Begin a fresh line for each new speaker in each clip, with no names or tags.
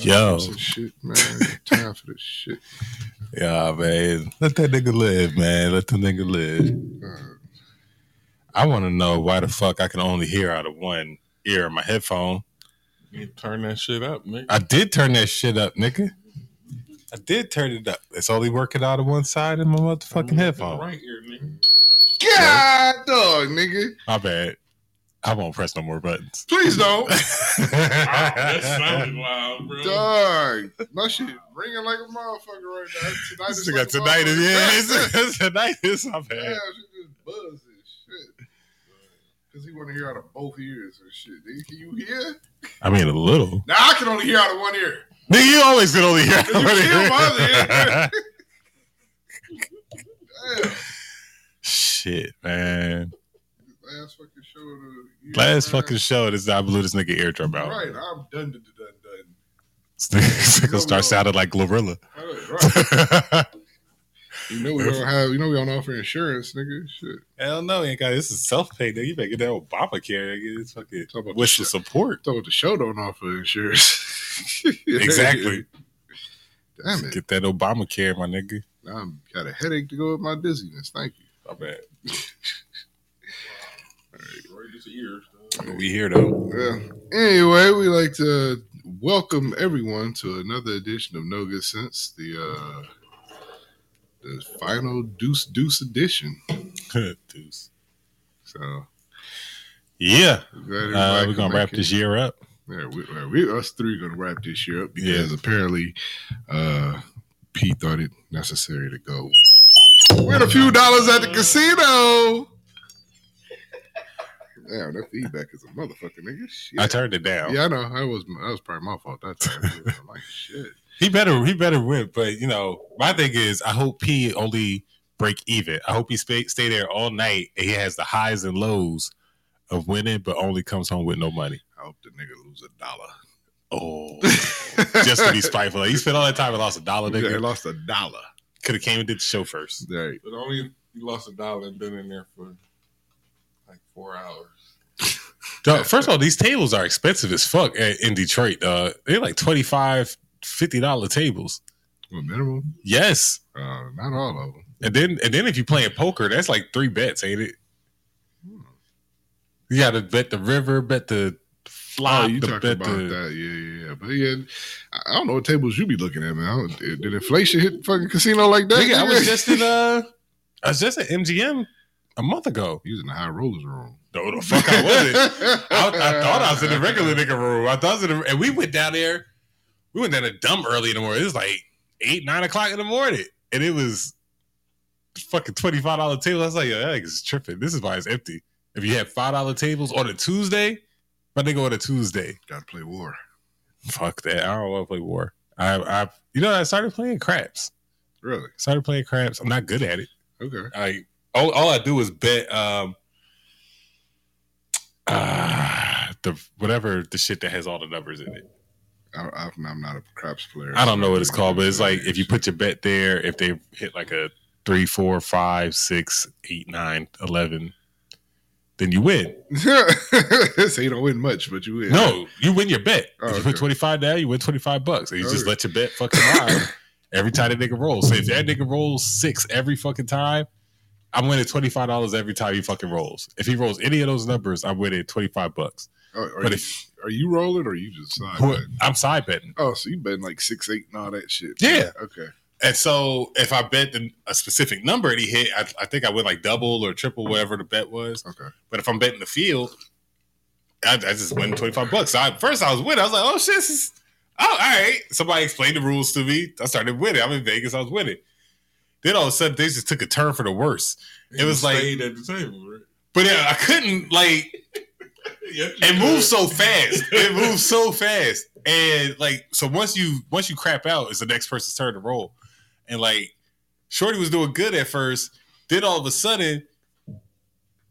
Yo.
Some shit, man. Time for this shit.
Yeah, man. Let that nigga live, man. Let the nigga live.
Uh,
I want to know why the fuck I can only hear out of one ear of my headphone.
You turn that shit up, nigga.
I did turn that shit up, nigga. I did turn it up. It's only working out of one side of my motherfucking headphone.
Right here, nigga.
God, dog, nigga.
My bad. I won't press no more buttons.
Please don't.
Ah, that sounded loud, bro.
dog. My shit ringing like a motherfucker right now. Tonight
This
is
nigga
like a
tonight is yeah.
motherfucker.
It's, tonight is my
Damn,
bad.
she just buzzed and shit. Because he want to hear out of both ears and shit. Nigga, can you hear?
I mean a little.
Now I can only hear out of one ear.
Nigga, you always can only hear. out of
You
one
kill
ear.
my Damn.
Shit, man.
Last fucking show of the year,
Last
man.
fucking show, this I blew this nigga eardrum out.
Right, I'm done, done, done, done.
This nigga
No,
start
no.
sounding like Glorilla.
All right, right. You know we don't have. You know we don't offer insurance, nigga. Shit.
Hell no, ain't got this is self paid. Nigga, you better get that Obamacare. Nigga, it's fucking
Talk about
wish
the
of
show.
support.
Talk about the show don't offer insurance.
Exactly.
Damn it.
Get that Obamacare, my nigga.
Now I'm got a headache to go with my dizziness. Thank you.
My bad.
Right this ear.
We here though.
Well, anyway, we like to welcome everyone to another edition of No Good Sense, the uh the final Deuce Deuce edition.
Deuce.
So
Yeah.
glad
Uh,
everybody
we're
could
gonna
make
wrap
it.
this year up.
Yeah, we, uh, we us three gonna wrap this year up
Yeah.
because apparently uh Pete thought it necessary to go win a few dollars at the casino. Damn, that feedback is a motherfucking nigga. Shit.
I turned it down.
yeah, I know. I was that was probably my fault that time. I'm like shit.
He better he better win, but you know, my thing is I hope he only break even. I hope he stay, stay there all night and he has the highs and lows of winning, but only comes home with no money.
I hope the nigga lose a dollar.
Oh just to be spiteful. Like, he spent all that time and lost a dollar
Yeah, he
nigga.
lost a dollar.
Could have came and did the show first.
Right.
But only you lost a dollar and been in there for like four hours.
Dog, First of all, these tables are expensive as fuck uh, in Detroit. Uh, they're like 25 50 dollar tables.
Well, minimum.
Yes.
Uh, not all of them.
And then and then if you playing poker, that's like three bets, ain't it?
Hmm.
You gotta bet the river, bet the flop,
Oh, you
the
talked
bet
about
the
that, yeah, yeah, yeah. But yeah, I- I don't know what tables you be looking at, man. I don't- Did did inflation hit fucking casino like that?
Nigga, I
nigga?
was just in uh I was just at MGM a month ago.
using the high rollers room.
No the fuck I wasn't. I, I thought I was in the regular nigga room. I thought I was in the, and we went down there. We went down to dumb early in the morning. It was like eight, nine o'clock in the morning, and it was fucking twenty five dollar table. I was like, yo, that nigga's tripping. This is why it's empty. If you had five dollar tables on a Tuesday, my nigga on a Tuesday,
Got to play war.
fuck that. I don't want to play war. I, I, you know, I started playing craps.
Really?
Started playing craps. I'm not good at it.
Okay.
I all, all I do is bet um uh, the whatever the shit that has all the numbers in it.
I, I, I'm not a craps player.
I don't
so
know what it's
can't
called,
do
but it's
that.
like if you put your bet there, if they hit like a three, four, five, six, eight, nine, eleven, then you win.
so you don't win much, but you win.
No, you win your bet.
Oh,
if you
okay. Oh.
put twenty five down, you win twenty five bucks, and you just
Okay.
let your bet fucking ride every time that nigga rolls. So if that nigga rolls six every fucking time, I'm winning twenty five dollars every time he fucking rolls. If he rolls any of those numbers, I'm winning twenty five bucks.
Oh, are,
but
you, are you rolling or you just side
Who-
betting?
I'm side betting.
Oh, so you betting like six, eight, and all that shit.
Yeah.
Okay.
And so if I bet the, a specific number and he hit, I, I think I win like double or triple whatever the bet was.
Okay.
But if I'm betting the field, I, I just win 25 bucks. So I, first I was winning. I was like, oh shit, this is, oh, all right. Somebody explained the rules to me. I started winning. I'm in Vegas, I was winning. Then all of a sudden things just took a turn for the worse. It
You
was like-
stayed at the table, right?
But yeah, I couldn't like
Yes, you
it moves
did.
so fast. It moves so fast. And like so once you once you crap out, it's the next person's turn to roll. And like Shorty was doing good at first. Then all of a sudden,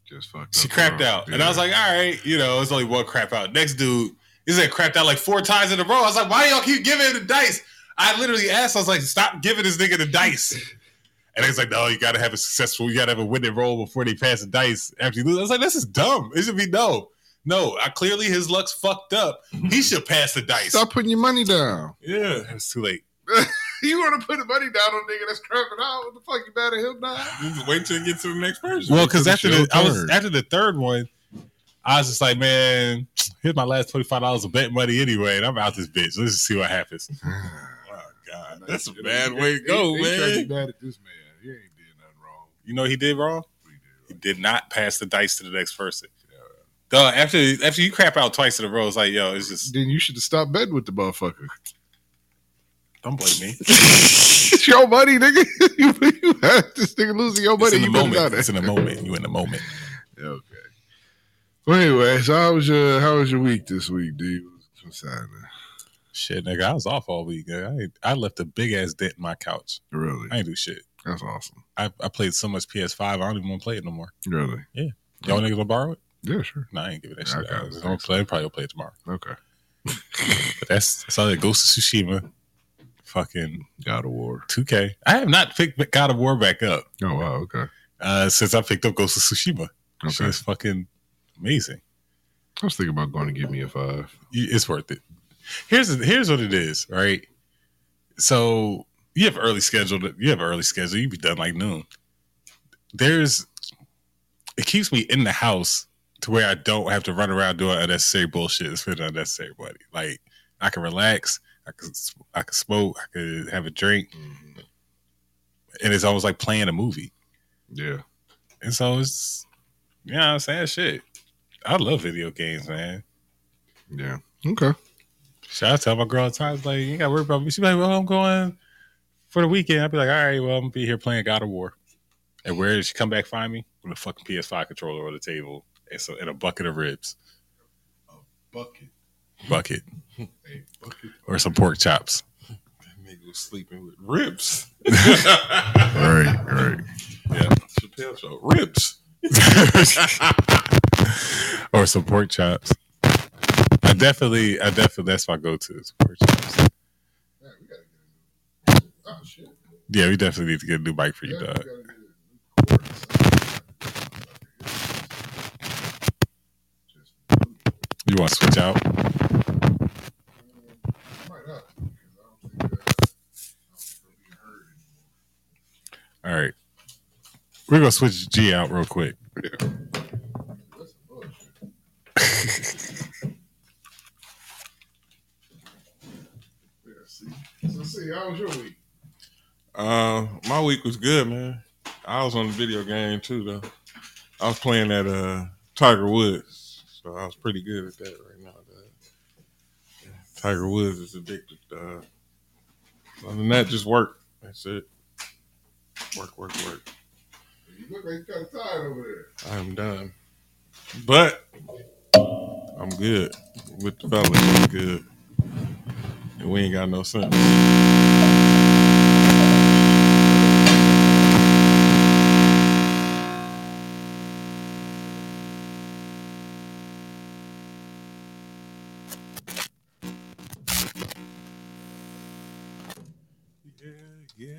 Just fucked
she
up
crapped
wrong.
out. And I was
Uh-huh. Yeah.
like, all right, you know, it's only one crap out. Next dude, he said crapped out like four times in a row. I was like, why do y'all keep giving him the dice? I literally asked, I was like, stop giving this nigga the dice. And he's like, no, you gotta have a successful, you gotta have a winning roll before they pass the dice after you lose. I was like, this is dumb. It should be no. No, I clearly his luck's fucked up. He should pass the dice.
Stop putting your money down.
Yeah, it's too late.
You want to put the money down on a nigga that's crapping out? What the fuck? You mad at him now?
Just wait till you get to the next person.
Well, because after the
Your
I was
turn.
after the third one, I was just like, man, here's my last twenty five dollars of bet money anyway, and I'm out this bitch. Let's just see what happens. Oh God, that's a bad way to go,
He- he tried to be
man.
mad at this man. He ain't did nothing wrong.
You know what he did wrong.
We did.
He did not pass the dice to the next person. Duh, after after you crap out twice in a row, it's like, yo, it's just
Then you should have stopped betting with the motherfucker.
don't blame me.
it's your money, nigga. you, you had this nigga losing your
It's
money.
in the
You better not
moment. It's in the moment. You in the moment.
Okay. Well, anyway, so how was your how was your week this week, dude? What's happening?
Shit, nigga, I was off all week. nigga. I I left a big ass dent in my couch.
Really,
I ain't do shit.
that's awesome.
I, I played so much PS5. I don't even want to play it no more.
Really,
Y'all niggas gonna borrow it?
yeah, sure.
No, I ain't giving that
Yeah,
shit.
okay.
out. I was gonna play. I probably will play it tomorrow.
Okay.
But that's that's all that Ghost of Tsushima, fucking
God of War.
2K. I have not picked God of War back up
Oh wow. Okay.
uh, since I picked up Ghost of Tsushima. It's
Okay.
It's fucking amazing.
I was thinking about going to give me a five.
You- It's worth it. Here's here's what it is, right? So you have early scheduled. You have early schedule. You be done like noon. There's it keeps me in the house to where I don't have to run around doing unnecessary bullshit and spending unnecessary money. Like I can relax. I can I can smoke. I could have a drink,
Mm-hmm.
and it's almost like playing a movie.
Yeah.
And so it's you know what I'm saying shit. I love video games, man.
Yeah. Okay.
Shout out to my girl at times like you ain't gotta worry about me. She's like, Well, I'm going for the weekend. I'd be like, All right, well, I'm gonna be here playing God of War. And where did she come back find me? With a fucking PS5 controller on the table and so and a bucket of ribs.
Bucket.
Bucket.
Hey, bucket.
Or some pork chops.
That nigga was sleeping with ribs.
All right. All right.
Chappelle show ribs.
or some pork chops. I definitely I definitely that's my go to is pork chops.
Yeah, we gotta get a new. Oh shit.
Yeah, we definitely need to get a new bike for you, dog. You wanna switch out? All right. We're gonna switch G out real quick.
So see, how was your week?
Uh, my week was good, man. I was on the video game too, though. I was playing at uh Tiger Woods, so I was pretty good at that right now. dog. Tiger Woods is addicted. Uh, other than that, just work. That's it. Work, work, work.
You look like you kind of tired over there.
I'm done. But I'm good with the fellas. I'm good. And we ain't got no sense. Yeah, yeah.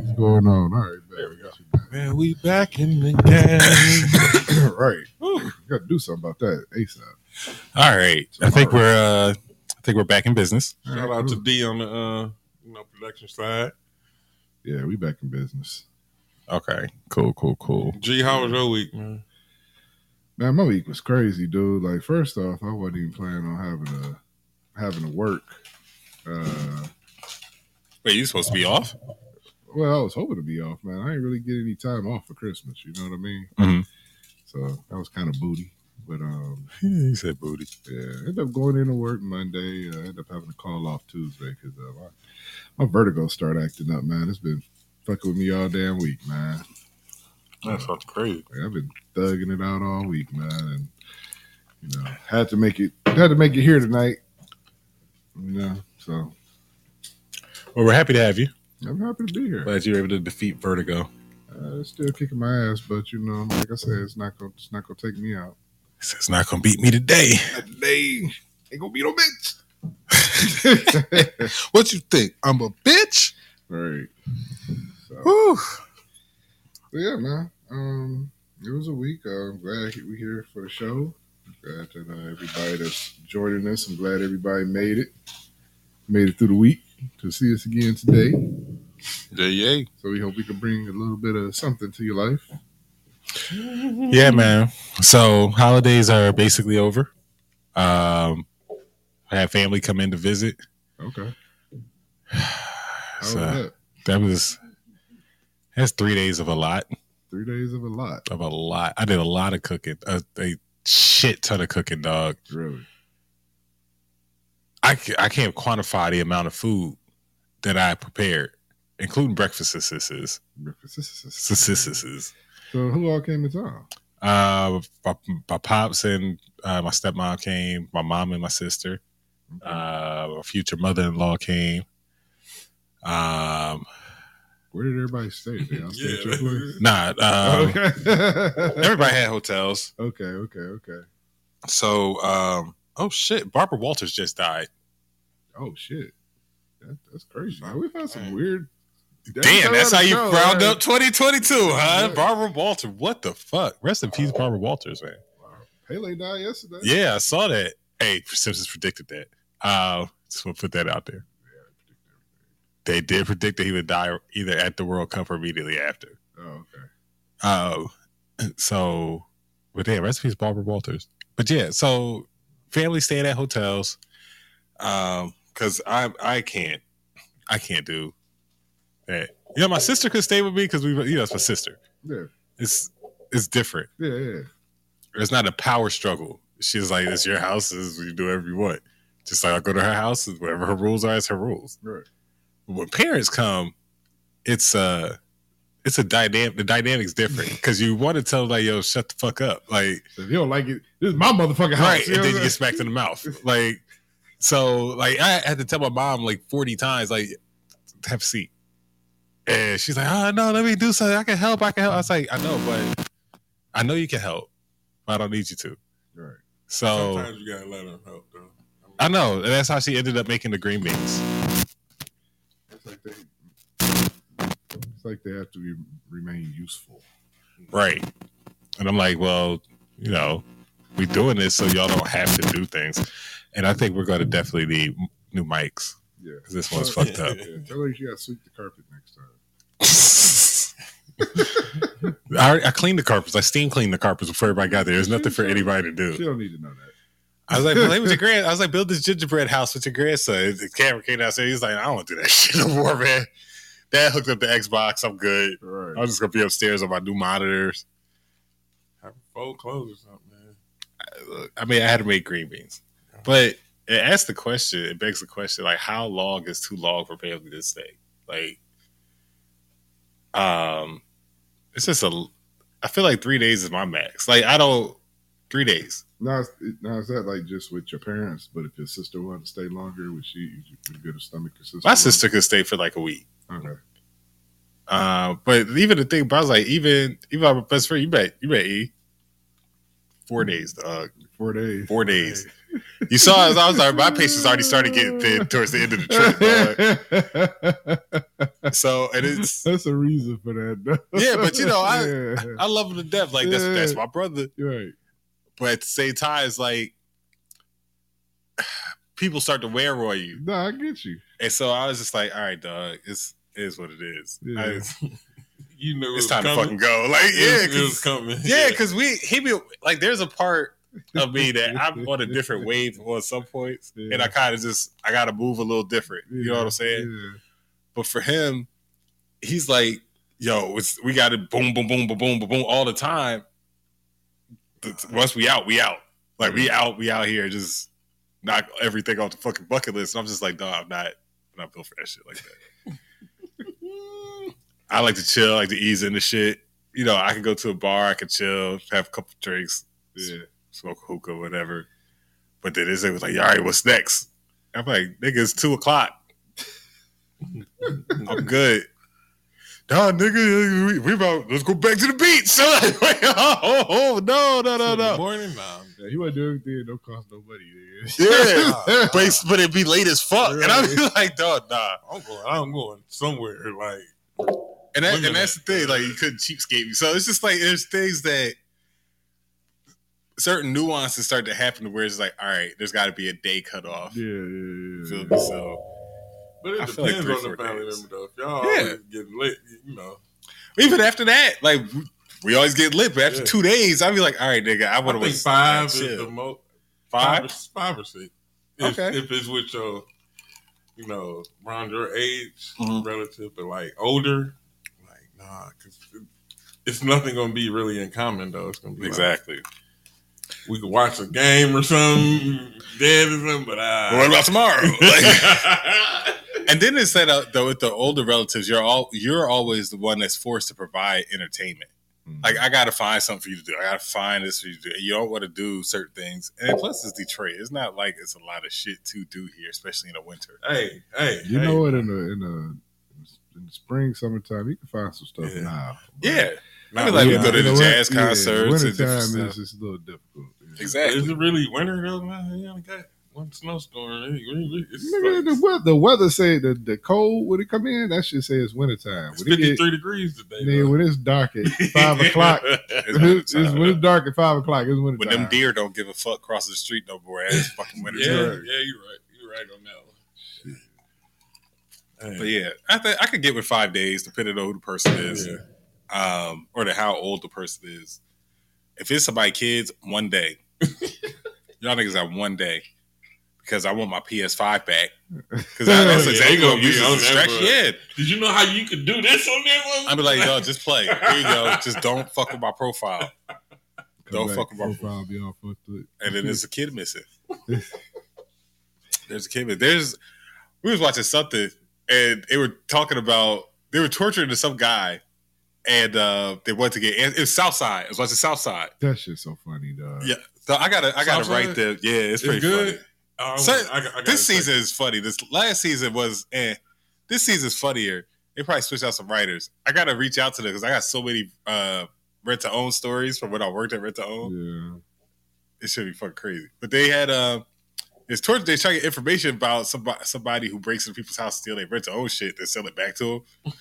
What's going on? All right,
There we go. Man, we back in the game.
go. right,
Ooh.
you got to do something about that ASAP.
All right. I think we're uh I think we're back in business.
Shout out to D on the uh, you know production side.
yeah, we back in business.
Okay. Cool, cool, cool.
G, how was your week, man?
Man, my week was crazy, dude. Like, first off, I wasn't even planning on having a having to work. Uh,
Wait, you supposed to be off?
well, I was hoping to be off, man. I ain't really get any time off for Christmas. You know what I mean?
Mhm.
So that was kind of booty. But um,
he said booty.
yeah, I ended up going into work Monday. Uh, I ended up having to call off Tuesday because uh, my, my vertigo started acting up, man. It's been fucking with me all damn week, man.
That's fucking crazy.
Like, I've been thugging it out all week, man, and you know, had to make it had to make it here tonight. You know, so
Well, we're happy to have you.
I'm happy to be here.
Glad you were able to defeat Vertigo.
Uh, it's still kicking my ass, but you know, like I said, it's not gonna it's not gonna take me out.
He said it's not gonna beat me today.
Today ain't gonna be no bitch.
What you think? I'm a bitch?
right. So,
Whew.
so yeah, man. Um, it was a week. Uh, I'm glad we here for the show. Glad that uh, everybody that's joining us. I'm glad everybody made it. Made it through the week to see us again today.
Yeah, yeah.
So we hope we can bring a little bit of something to your life.
Yeah, man. So holidays are basically over. Um, I had family come in to visit.
Okay. How was
So
that?
that was that's three days of a lot
Three days of a lot.
of a lot. I did a lot of cooking, a, a shit ton of cooking, dog.
Really.
I ca- I can't quantify the amount of food that I prepared, including breakfast assistants. Assistants.
So who all came in town?
Uh, my, my pops and uh, my stepmom came. My mom and my sister. Uh, my future mother-in-law came. Um,
Where did everybody stay? They all stay at your place?
nah. Um,
okay.
Everybody had hotels.
okay. Okay. Okay.
So, um, oh shit, Barbara Walters just died.
Oh shit. That, that's crazy. Man, we found some weird.
Damn, that's how you
Show,
round
right?
up 2022, huh?
Yeah.
Barbara Walters. What the fuck? Rest in peace, Barbara Walters, man.
Wow. Pele died yesterday.
Yeah, I saw that. Hey, Simpsons predicted that. Uh, just want to put that out there. They did predict that he would die either at the World Cup or immediately after.
Oh, okay.
Uh, so, but damn, recipes Barbara Walters. But yeah, so family staying at hotels. Um, cause I I can't I can't do that. You know, my sister could stay with me because we you know it's my sister.
Yeah.
It's it's different.
Yeah. Yeah.
It's not a power struggle. She's like, it's your house, is you do whatever you want. Just like I go to her house, and whatever her rules are, it's her rules.
Right.
When parents come, it's uh it's a dynamic the dynamic's different because you want to tell them like, yo, shut the fuck up. Like
So if you don't like it, this is my motherfucking house.
right,
you know
and then you
what
get smacked in the mouth. Like, so like I had to tell my mom like forty times, like, have a seat. And she's like, oh no, let me do something. I can help. I can help. I was like, I know, but I know you can help, but I don't need you to.
I'm saying?
So
Sometimes you gotta let them help though.
I know, and that's how she ended up making the green beans.
Right. It's like they. It's like they have to be, remain useful.
Right. And I'm like, well, you know, we doing this so y'all don't have to do things. And I think we're going to definitely need m- new mics
Yeah.
'cause this one's fucked up.
Yeah, tell her she got to sweep the carpet next time.
I, already- I cleaned the carpets. I steam cleaned the carpets before everybody got there. There's nothing for anybody to
She
do.
don't need to know that.
I was like, play with your grand. I was like, build this gingerbread house with your grandson. The camera came downstairs. He was like, I don't want to do that shit no more, man. Dad hooked up the Xbox. I'm good.
Right.
I'm just gonna be upstairs on my new monitors.
Have a fold clothes or something, man.
I mean, I had to make green beans, but it asks the question. It begs the question, like, how long is too long for family to stay? Like, um, it's just a. I feel like three days is my max. Like, I don't three days.
Now, is- now is that like just with your parents? But if your sister wanted to stay longer, would she would you would you go to stomach your sister?
My sister could stay for like a week.
Okay.
Uh, but even the thing, but I was like, even even my best friend, you bet, you bet, e four days, dog,
Four days.
four days. You saw, as I was like, my patience already started getting thin towards the end of the trip. dog. So, and it's
That's a reason for that. though.
Yeah, but you know, I-
Yeah.
I love him to death. Like that's
Yeah.
that's my brother.
You're right.
But at the same time, it's like people start to wear on you,
No, I get you.
and so I was just like, all right, dog, it's it is what it is.
Yeah.
I- it's,
You knew it
it's
was
time to
coming.
fucking go. Like yeah,
it was, it was
cause,
coming.
yeah, because we he be like there's a part of me that I'm on a different wave on some points,
Yeah.
and I kind of just I got to move a little different. You know what I'm saying?
Yeah.
But for him, he's like, yo, it's, we got it boom, boom, boom, boom, boom, boom, boom all the time. Th- Once we out, we out. Like we out, we out here, just knock everything off the fucking bucket list. And I'm just like, no, I'm not, I'm not built for that shit like that. I like to chill, I like to ease into shit. You know, I can go to a bar, I can chill, have a couple drinks,
Yeah.
smoke hookah, whatever. But then they was like, all right, what's next? I'm like, nigga, it's two o'clock. I'm good. Nah, nigga, we, we about let's go back to the beach. So like, wait, oh, oh, oh, no, no, no, no.
Morning, mom.
Yeah, He wasn't doing anything. Don't cost nobody. nigga.
Yeah, but it's- but it'd be late as fuck, and I'd be like, dog, nah.
I'm going. I'm going somewhere. Like
And that,
Women
and that's the
that-
thing, like you couldn't cheapskate me. So it's just like there's things that certain nuances start to happen to where it's like, all right, there's got to be a day cutoff.
Yeah, yeah, yeah,
Feel
yeah.
me? So
But it
I feel like
depends
three,
on the
four
family
days.
member, though. If y'all
Yeah.
always getting lit, you know.
even after that, like we- we always get lit, but after
Yeah.
two days, I'd be like, all right, nigga, I
I
want to
think
wait
five
like,
is
chill.
the most.
five.
or, five or six. If,
Okay.
if it's with your, you know, around your age
Mhm.
relative, but like older, like nah, because it's nothing gonna be really in common though. It's gonna be like,
Exactly.
we could watch a game or something, dead or something, but
But what
uh,
about tomorrow? Like, and then it's set up though with the older relatives, you're all you're always the one that's forced to provide entertainment. like I gotta find something for you to do. I gotta find this for you to do. You don't want to do certain things, and plus it's Detroit. It's not like it's a lot of shit to do here, especially in the winter.
hey, hey,
you
hey.
know what? In the in the in the spring, summertime, you can find some stuff
Yeah.
now.
Yeah,
Nah,
I mean, like, we
nah.
go to the
in win-
jazz concerts and different
wintertime
stuff.
is just a little difficult. yeah.
exactly.
Is it really winter though? Man, you only got one snowstorm. It- it- It's,
Nigga, the,
like,
weather, the weather say the, the cold when it come in, that shit say it's wintertime.
it's
When it
fifty
get,
three degrees today.
nigga,
though.
when it's dark at five o'clock, it's,
It's
it's,
wintertime.
when it's dark at five o'clock, it's wintertime.
When them deer don't give a fuck crossing the street no more, it's fucking winter.
yeah, yeah, you're
time.
right. You're right on that one.
But yeah, I think I could get with five days, depending on who the person is,
Yeah.
um, or to how old the person is. If it's somebody kids, one day. Y'all niggas got one day because I want my PS5 back. Because that's
Yeah,
exactly what
you gonna
I'm
be
using
on
as a
that
distraction. Yeah,
bud. Did you know how you could do this on that one?
I'm be like, yo, just play. Here you go. Just don't fuck with my profile.
Come
don't
back,
fuck with my-
profile be all fucked up.
And then there's a kid missing. There's a kid. Missing. There's we was watching something and they were talking about they were torturing some guy and uh they wanted to get and it was Southside. I was watching Southside.
That shit's so funny, dog.
Yeah. So I gotta I gotta
Southside?
write the yeah, it's
It's
pretty
good?
funny.
Oh,
So,
I- I- I gotta
This
check.
season is funny. This last season was eh. This season's funnier. They probably switched out some writers. I gotta reach out to them because I got so many uh rent to own stories from when I worked at rent to own.
Yeah.
it should be fucking crazy. But they had uh it's torture. They try to get information about somebody, somebody who breaks into people's house, steal their rent to own shit, then sell it back to them.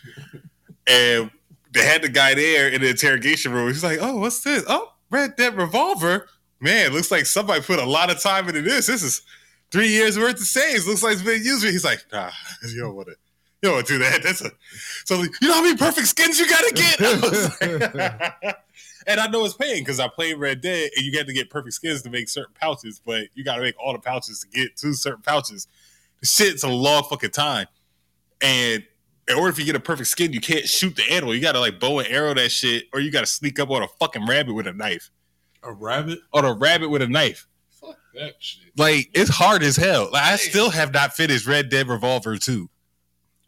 and they had the guy there in the interrogation room. He's like, "Oh, what's this? Oh, Red Dead Revolver. Man, looks like somebody put a lot of time into this. This is three years worth of saves. Looks like it's been used." He's like, "Nah, you don't want to." You don't want to do that. That's a so. You know how many perfect skins you gotta get. I was like- and I know it's paying because I played Red Dead, and you got to get perfect skins to make certain pouches, but you got to make all the pouches to get to certain pouches. Shit's a long fucking time, and in order for you to get a perfect skin, you can't shoot the animal. You got to like bow and arrow that shit, or you got to sneak up on a fucking rabbit with a knife,
a rabbit.
on a rabbit with a knife.
Fuck that shit.
Like it's hard as hell. Like I still have not finished Red Dead Revolver two.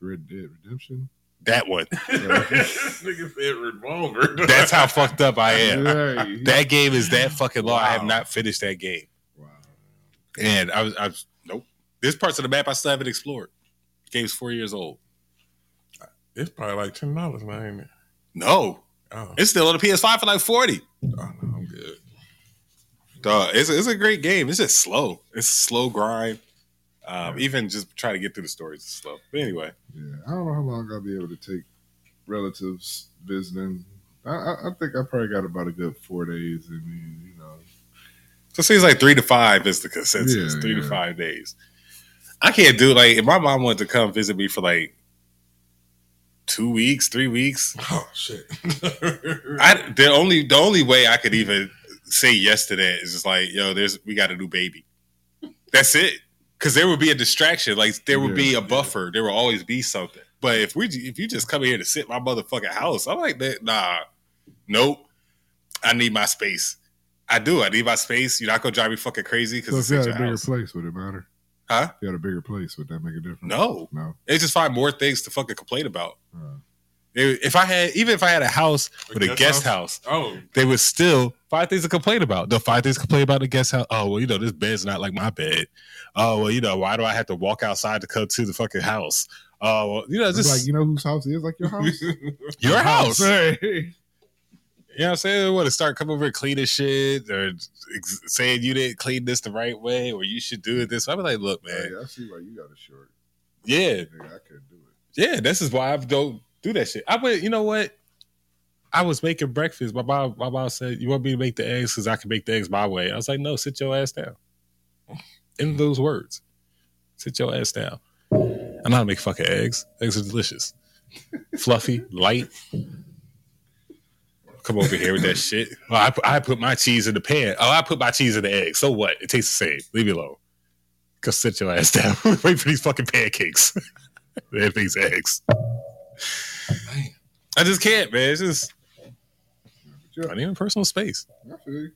Red Dead Redemption.
That one.
this nigga said revolver.
That's how fucked up I am.
Right.
Ah, That game is that fucking long. I have
Wow.
not finished that game.
Wow.
And I was, I was nope. There's parts of the map I still haven't explored. The game's four years old.
it's probably like ten dollars now, ain't it?
No,
Oh,
it's still on the PS5 for like forty.
oh no, I'm good.
Duh, it's it's a great game. It's just slow. It's a slow grind. Um, even just trying to get through the stories is slow. But anyway,
Yeah. I don't know how long I'll be able to take relatives visiting. I, I, I think I probably got about a good four days in me, you know.
so it seems like three to five is the consensus.
Yeah,
three to
yeah.
five days. I can't do like if my mom wanted to come visit me for like two weeks, three weeks.
Oh shit.
I the only the only way I could even say yes to that is just like, yo, there's we got a new baby. That's it. Cause there would be a distraction. Like there would be
Yeah,
a buffer. There would always be something. But if we if you just come here to sit in my motherfucking house, I'm like that, nah. Nope. I need my space. I do. I need my space. You're not gonna drive me fucking crazy
So
because
if you had
it's your
a bigger
house.
place, would it matter?
Huh?
If you had a bigger place, would that make a difference?
No.
No.
They just find more things to fucking complain about.
Uh,
If if I had even if I had a house with a guest house,
Oh,
they would still find things to complain about. They'll find things to complain about the guest house. Oh, well, you know, this bed's not like my bed. Oh, well, you know, why do I have to walk outside to come to the fucking house? Oh, well, you know,
it's
just
like you know whose house is like your house.
your house. You
Hey.
know what I'm saying? They want to start coming over and cleaning shit or ex- saying you didn't clean this the right way or you should do it this way. I'm like, look, man,
I see why you got a short.
yeah,
Nigga, I couldn't do it.
yeah, this is why I don't do that shit. I went, you know what? I was making breakfast. My mom, my mom said, "You want me to make the eggs because I can make the eggs my way." I was like, "No, sit your ass down." In those words, sit your ass down. I know how to make fucking eggs. Eggs are delicious, fluffy, light. Come over here with that shit. Well, I, pu- I put my cheese in the pan. Oh, I put my cheese in the egg. So what? It tastes the same. Leave me alone. Go sit your ass down. Wait for these fucking pancakes. Man, these eggs. I just can't, man. It's just I need my personal space.
I feel you.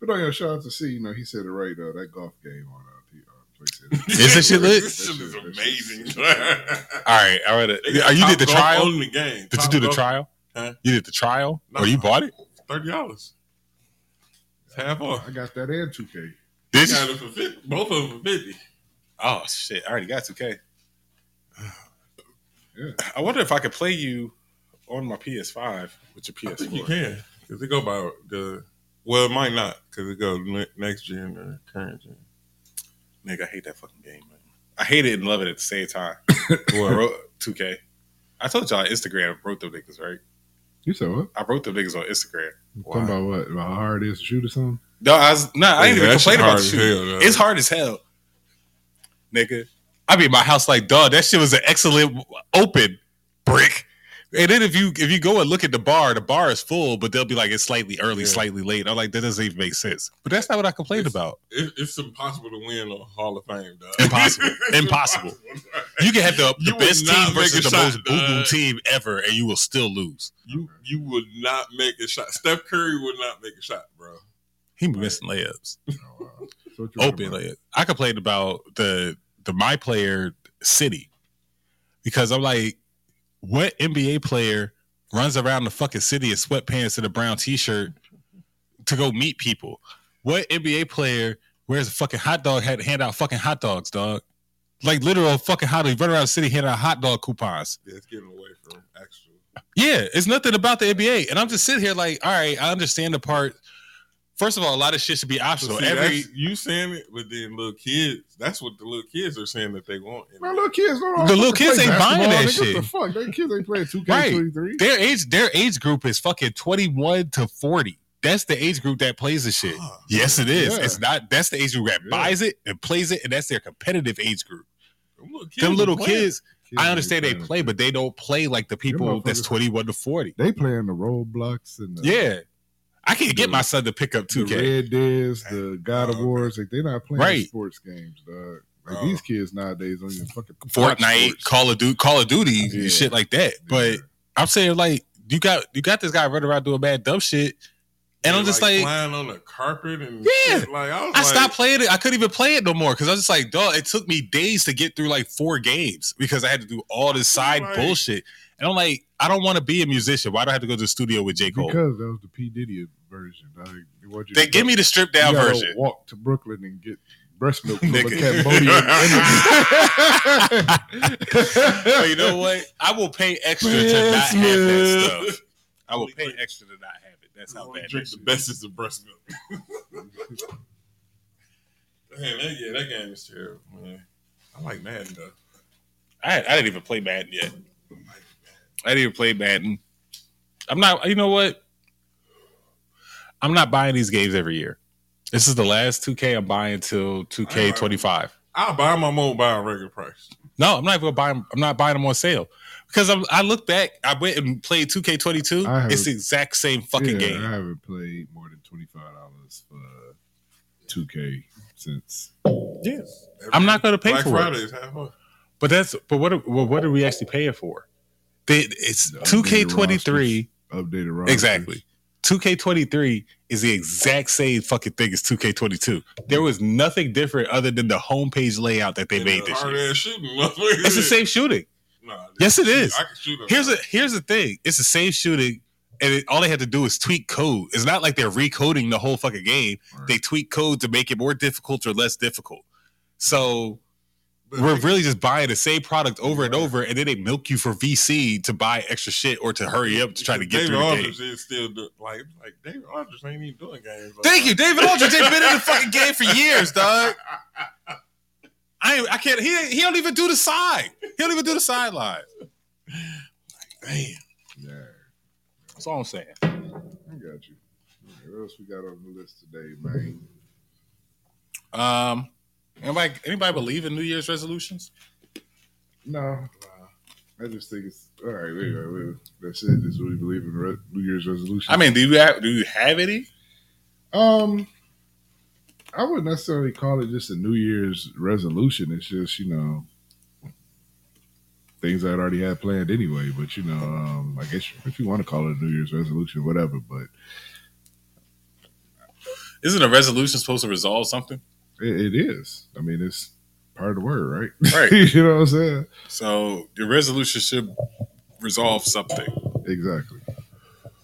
But on your shout out to see, you know, he said it right though. That golf game on uh, P- uh, PlayStation.
Is that shit lit?
This shit is amazing.
All
Are
right, all right. Are you did the trial?
Only game.
Did you
Top
do the
Golf,
trial?
Huh?
You did the trial,
No.
or you bought it?
Thirty dollars. Half off.
I got that and 2K.
Did
Got
you?
it for 50. Both of them for fifty.
Oh shit! I already got two K.
Yeah.
I wonder if I could play you on my PS5 with your
I think you
PS4.
can because it go by the. Well, it might not because it go ne- next gen or current gen.
Nigga, I hate that fucking game. Man. I hate it and love it at the same time. I
Well,
wrote 2K. I told y'all on Instagram I wrote them niggas right.
You said what?
I wrote them niggas on Instagram.
Talking about what? About how hard it is to shoot or something?
No, I was no, I ain't
Yeah,
even
that
complain
shit
about
hard
the
as
shoe.
hell, though.
it's hard as hell, nigga. I be in my house like dog. That shit was an excellent open brick. And then if you if you go and look at the bar, the bar is full, but they'll be like it's slightly early,
Yeah.
slightly late. I'm like that doesn't even make sense. But that's not what I complained about.
it, it's impossible to win on Hall of Fame, dog.
Impossible. Impossible. You can have the, the
You would
best
not
team
make
versus
a
the
shot,
most boo boo
dog.
team ever, and you will still lose.
You you would not make a shot. Steph Curry would not make a shot, bro.
He be missing layups.
Oh, wow. So what you on
open.
about?
Like, I complained about the the my player city because I'm like, what NBA player runs around the fucking city in sweatpants and a brown T-shirt to go meet people? What NBA player wears a fucking hot dog hat to hand out fucking hot dogs, dog? Like literal fucking hot dogs. Run around the city hand out hot dog coupons.
Yeah, it's getting away from actual.
Yeah, it's nothing about the NBA. And I'm just sitting here like, all right, I understand the part. First of all, a lot of shit should be
So
optional.
see,
Every
that's- you saying it, but then little kids. That's what the little kids are saying that they want.
Man, little kids, don't know how
The
to
little
fucking
kids
play
ain't buying
basketball,
that
nigga.
shit.
What the fuck? They kids ain't playing 2K
Right.
23.
their age their age group is fucking 21 to 40 that's the age group that plays the shit
Ah.
yes it is
Yeah.
it's not that's the age group that
Yeah.
buys it and plays it and that's their competitive age group
Them little kids,
them little
be playing.
kids
Kids
i
ain't
understand they
playing.
play but they don't play like the people that's
motherfuckers-
21 to 40
They playing the Roblox and the,
yeah i can't get
The-
my son to pick up
the
2k
Red Dead's, the God of
Okay.
Wars. Like they not playing
Right.
sports games, dog. Like
Oh.
these kids nowadays don't even fucking watch
fortnite
sports.
call of duty call of duty
Yeah.
and shit like that but i'm saying like you got you got this guy running around doing bad dumb shit and i'm
They,
just like
lying on the carpet and
Yeah.
shit. Like I was
I
like,
stopped playing it. I couldn't even play it no more because I was just like, dog, it took me days to get through like four games because I had to do all this side
Right.
bullshit. And I'm like, I don't want to be a musician. Why do I have to go to the studio with J. Cole?
because that was the P Diddy version. Dog. They want you
They
to
give
go-
me the stripped down
you gotta
version.
Walk to Brooklyn and get breast milk from a
Nigga.
Cambodian.
But
enemy.
you know what? I will pay extra to not
Breast
have that
milk.
stuff. I will
Only
pay
drink-
extra to not have it. That's how
only
bad that
drink the
shit
best is the breast milk. Man, that, yeah, that game is terrible, man. I like Madden though.
I, I didn't even play Madden yet. I didn't even play Madden. I'm not. You know what? I'm not buying these games every year. This is the last 2K I'm buying till 2K25.
I'll buy my mobile regular price.
No, I'm not even gonna buy them. I'm not buying them on sale because I'm, I look back. I went and played 2K22.
I have-
It's the exact same fucking
Yeah,
game.
I haven't played more than twenty five dollars for two K since.
Yes, I'm not gonna pay
Black
for it.
Friday is half off.
But that's but what are, well, what are we actually paying for? They, it's
The
2K23.
Updated roster.
Exactly. 2K23 is the exact same fucking thing as 2K22. There was nothing different other than the homepage layout that they
And
made
the
this
hard
year.
ass shooting, motherfucker.
It's the same shooting.
Nah,
Yes, it
shoot,
is.
I can shoot them.
Here's a here's the thing. It's the same shooting, and it, all they had to do is tweak code. It's not like they're recoding the whole fucking game.
Right.
They tweak code to make it more difficult or less difficult. So
But
we're
think-
really just buying the same product over and over, and then they milk you for VC to buy extra shit or to hurry up to try to get
David
through the game.
Aldridge is still do, like like David Aldridge ain't even doing games. like
Thank you,
that.
David Aldridge. They've been in the fucking game for years, dog. I ain't- I can't. He ain't- he don't even do the side. He don't even do the sideline.
Damn,
Yeah.
That's all I'm saying.
I got you. Okay, what else we got on the list today, man?
Um, anybody anybody believe in New Year's resolutions?
No, I just think it's all right. Wait, wait, wait. That's it. That's what we believe in. Re- New Year's resolution.
I mean, do you have do you have any?
um, I wouldn't necessarily call it just a New Year's resolution. It's just you know things I'd already had planned anyway. But you know, um, I guess if you want to call it a New Year's resolution, whatever. But
Isn't a resolution supposed to resolve something?
it, it is. I mean, it's part of the word, right?
Right.
you know what I'm saying?
So your resolution should resolve something.
Exactly.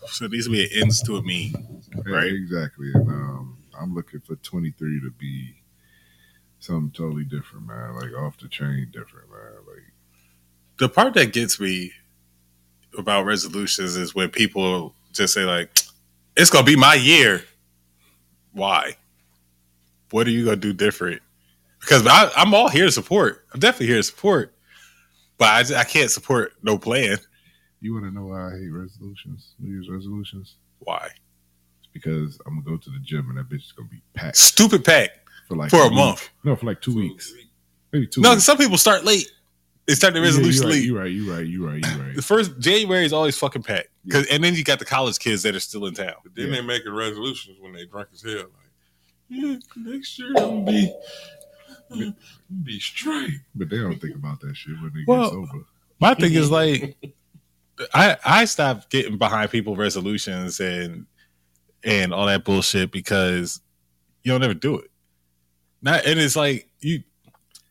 So it needs to be an ends to a mean. Right.
Exactly. And um, I'm looking for 23 to be something totally different, man. Like off the chain, different, man. Like
The part that gets me about resolutions is when people just say like, "It's gonna be my year." Why? What are you gonna do different? Because I, I'm all here to support. I'm definitely here to support, but I, just- I can't support no plan.
you want to know why I hate resolutions, New Year's resolutions?
Why?
It's because I'm gonna go to the gym and that bitch is gonna be packed
Stupid pack
for like
for a
week.
month.
No, for like two weeks, maybe two.
No,
weeks.
some people start late. They start the resolution late.
You right? You right? You right? You right?
The first January is always fucking packed. 'Cause- and then you got the college kids that are still in town.
But then
Yeah.
they making resolutions when they drunk as hell. Like, yeah, next year I'm gonna be, I'm gonna be straight.
But they don't think about that shit when they
Well-
get sober.
My thing is like, I I stopped getting behind people resolutions and and all that bullshit because you don't ever do it. Not and it's like you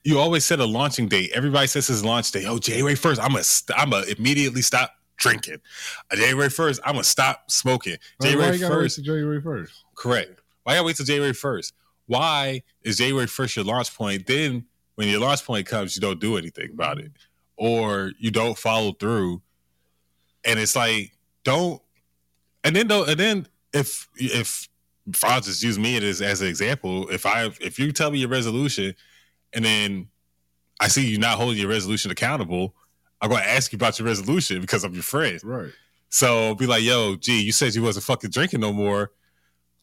you always set a launching date. Everybody says it's launch day. Oh, January first, I'm gonna st- I'm gonna immediately stop drinking. Uh, January first, I'm gonna stop smoking.
Like, why
January
you gotta wait
first,
to January first?
Correct. Why gotta wait till January first? Why is January first your launch point? Then when your launch point comes, you don't do anything about it, or you don't follow through, and it's like don't. And then though, and then if if, if I'll just use me as as an example, if I if you tell me your resolution, and then I see you not holding your resolution accountable, I'm gonna ask you about your resolution because I'm your friend.
Right.
So be like, yo, gee, you said you wasn't fucking drinking no more.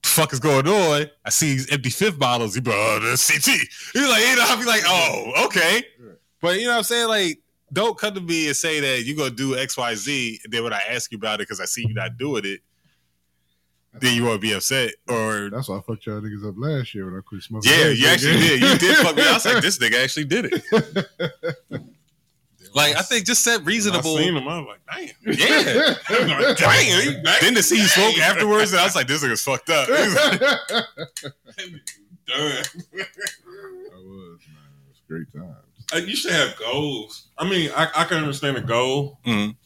The fuck is going on? I see these empty fifth bottles. You be like, oh, that's CT. You like, you know, I'll be like, oh, okay.
Right.
But you know what I'm saying? Like, don't come to me and say that you're gonna do X, Y, Z, and then when I ask you about it because I see you not doing it, then you wanna be upset. Or
That's why I fucked y'all niggas up last year when I quit smoking.
yeah,
weed,
you actually
nigga.
did. You did fuck me. I was like, this nigga actually did it. Like, I think just set
When I
reasonable.
seen him. I was like, damn.
Yeah. Like, Dang, he- then to see you smoke afterwards, and I was like, this nigga's fucked up.
I
Done.
was, man. It was great times.
Uh, You should have goals. I mean, I, I can understand a goal.
Mhm.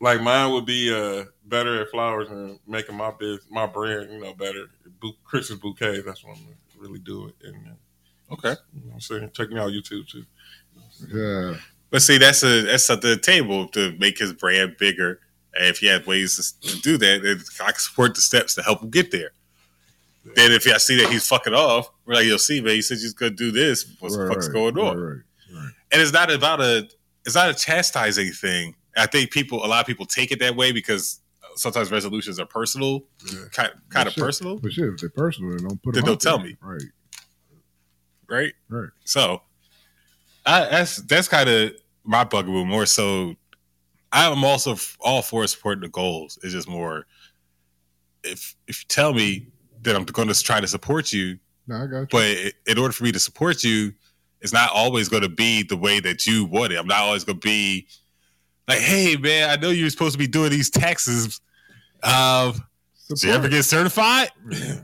Like mine would be uh better at flowers and making my biz, my brand, you know, better. Bu- Chris's bouquets. That's what I'm gonna really do it. And uh,
Okay.
you know what I'm saying, check me out on YouTube too.
Yeah.
But see, that's a that's at the table to make his brand bigger. And if he had ways to, to do that, then I can support the steps to help him get there. Then if I see that he's fucking off, we're like, "Yo, see, man, you said you was gonna do this. What the
Right,
fuck's
right,
going on?"
Right, right, right.
And it's not about a it's not a chastising thing. I think people a lot of people take it that way because sometimes resolutions are personal,
Yeah.
kind, kind of
Sure.
personal,
But shit, if they're personal, then don't put
Then
them
don't
out there.
tell me.
Right.
right?
Right.
So, I that's that's kind of my bugaboo more so. I'm also f- all for supporting the goals. It's just more if if you tell me that I'm going to try to support you,
No, I got you.
but i- in order for me to support you, it's not always going to be the way that you want it. I'm not always going to be like, hey man, I know you're supposed to be doing these taxes. Um, did you ever
support,
get certified?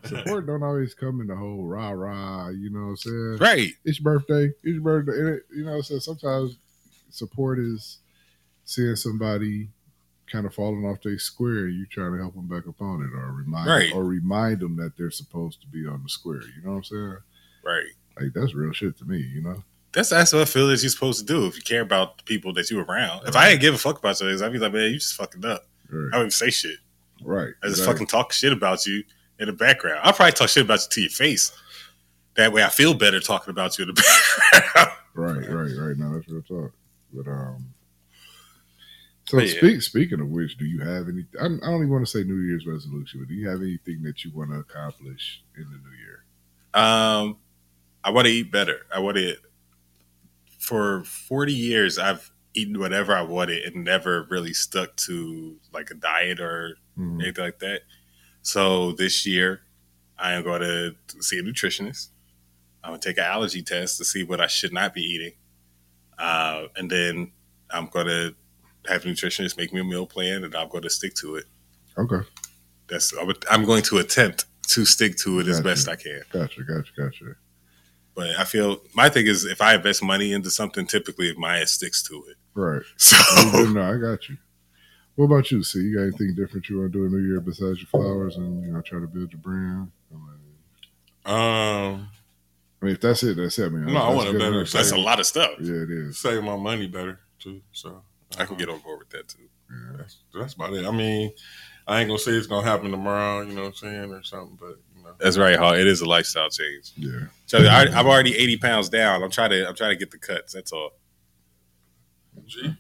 support don't always come in the whole rah rah. You know what I'm saying?
Right.
It's your birthday. It's your birthday. And it, you know what I'm saying? Sometimes support is seeing somebody kind of falling off their square. You trying to help them back upon it, or remind
Right.
or remind them that they're supposed to be on the square. You know what I'm saying?
Right.
Like that's real shit to me. You know?
That's that's what I feel that you're supposed to do if you care about the people that you around. If I didn't give a fuck about your ass, I'd be like, man, you just fucking up. I
Right.
wouldn't say shit.
Right.
I just
Exactly.
fucking talk shit about you in the background. I'll probably talk shit about you to your face. That way I feel better talking about you in the background.
Right, right, right. Now that's real talk. But um, So
But yeah.
speak, speaking of which, do you have any? I'm, I don't even want to say New Year's resolution, but do you have anything that you want to accomplish in the new year?
Um, I want to eat better. I want to. For forty years, I've eaten whatever I wanted and never really stuck to like a diet or
Mhm.
anything like that. So this year, I am going to see a nutritionist. I'm going to take an allergy test to see what I should not be eating, uh, and then I'm going to have a nutritionist make me a meal plan, and I'm going to stick to it.
Okay,
That's I'm- I'm going to attempt to stick to it as
Gotcha.
best I can.
gotcha, gotcha, gotcha.
But I feel my thing is if I invest money into something, typically mine sticks to it.
Right. Oh,
So
no, I got you. What about you? See, you got anything different you want to do in New Year besides your flowers and you know try to build your brand? I mean,
Um,
I mean, if that's it, that's it. I mean,
No,
that's
I want a
good
better
enough.
that's a lot of stuff.
Yeah, it is.
save my money better too. So
I can get on board with that too.
Yeah.
That's, that's about it. I mean, I ain't gonna say it's gonna happen tomorrow. You know what I'm saying, or something. But you know,
That's right, Hall. It is a lifestyle change.
Yeah.
So I, I'm already 80 pounds down. I'm trying to I'm trying to get the cuts. That's all.
Gee.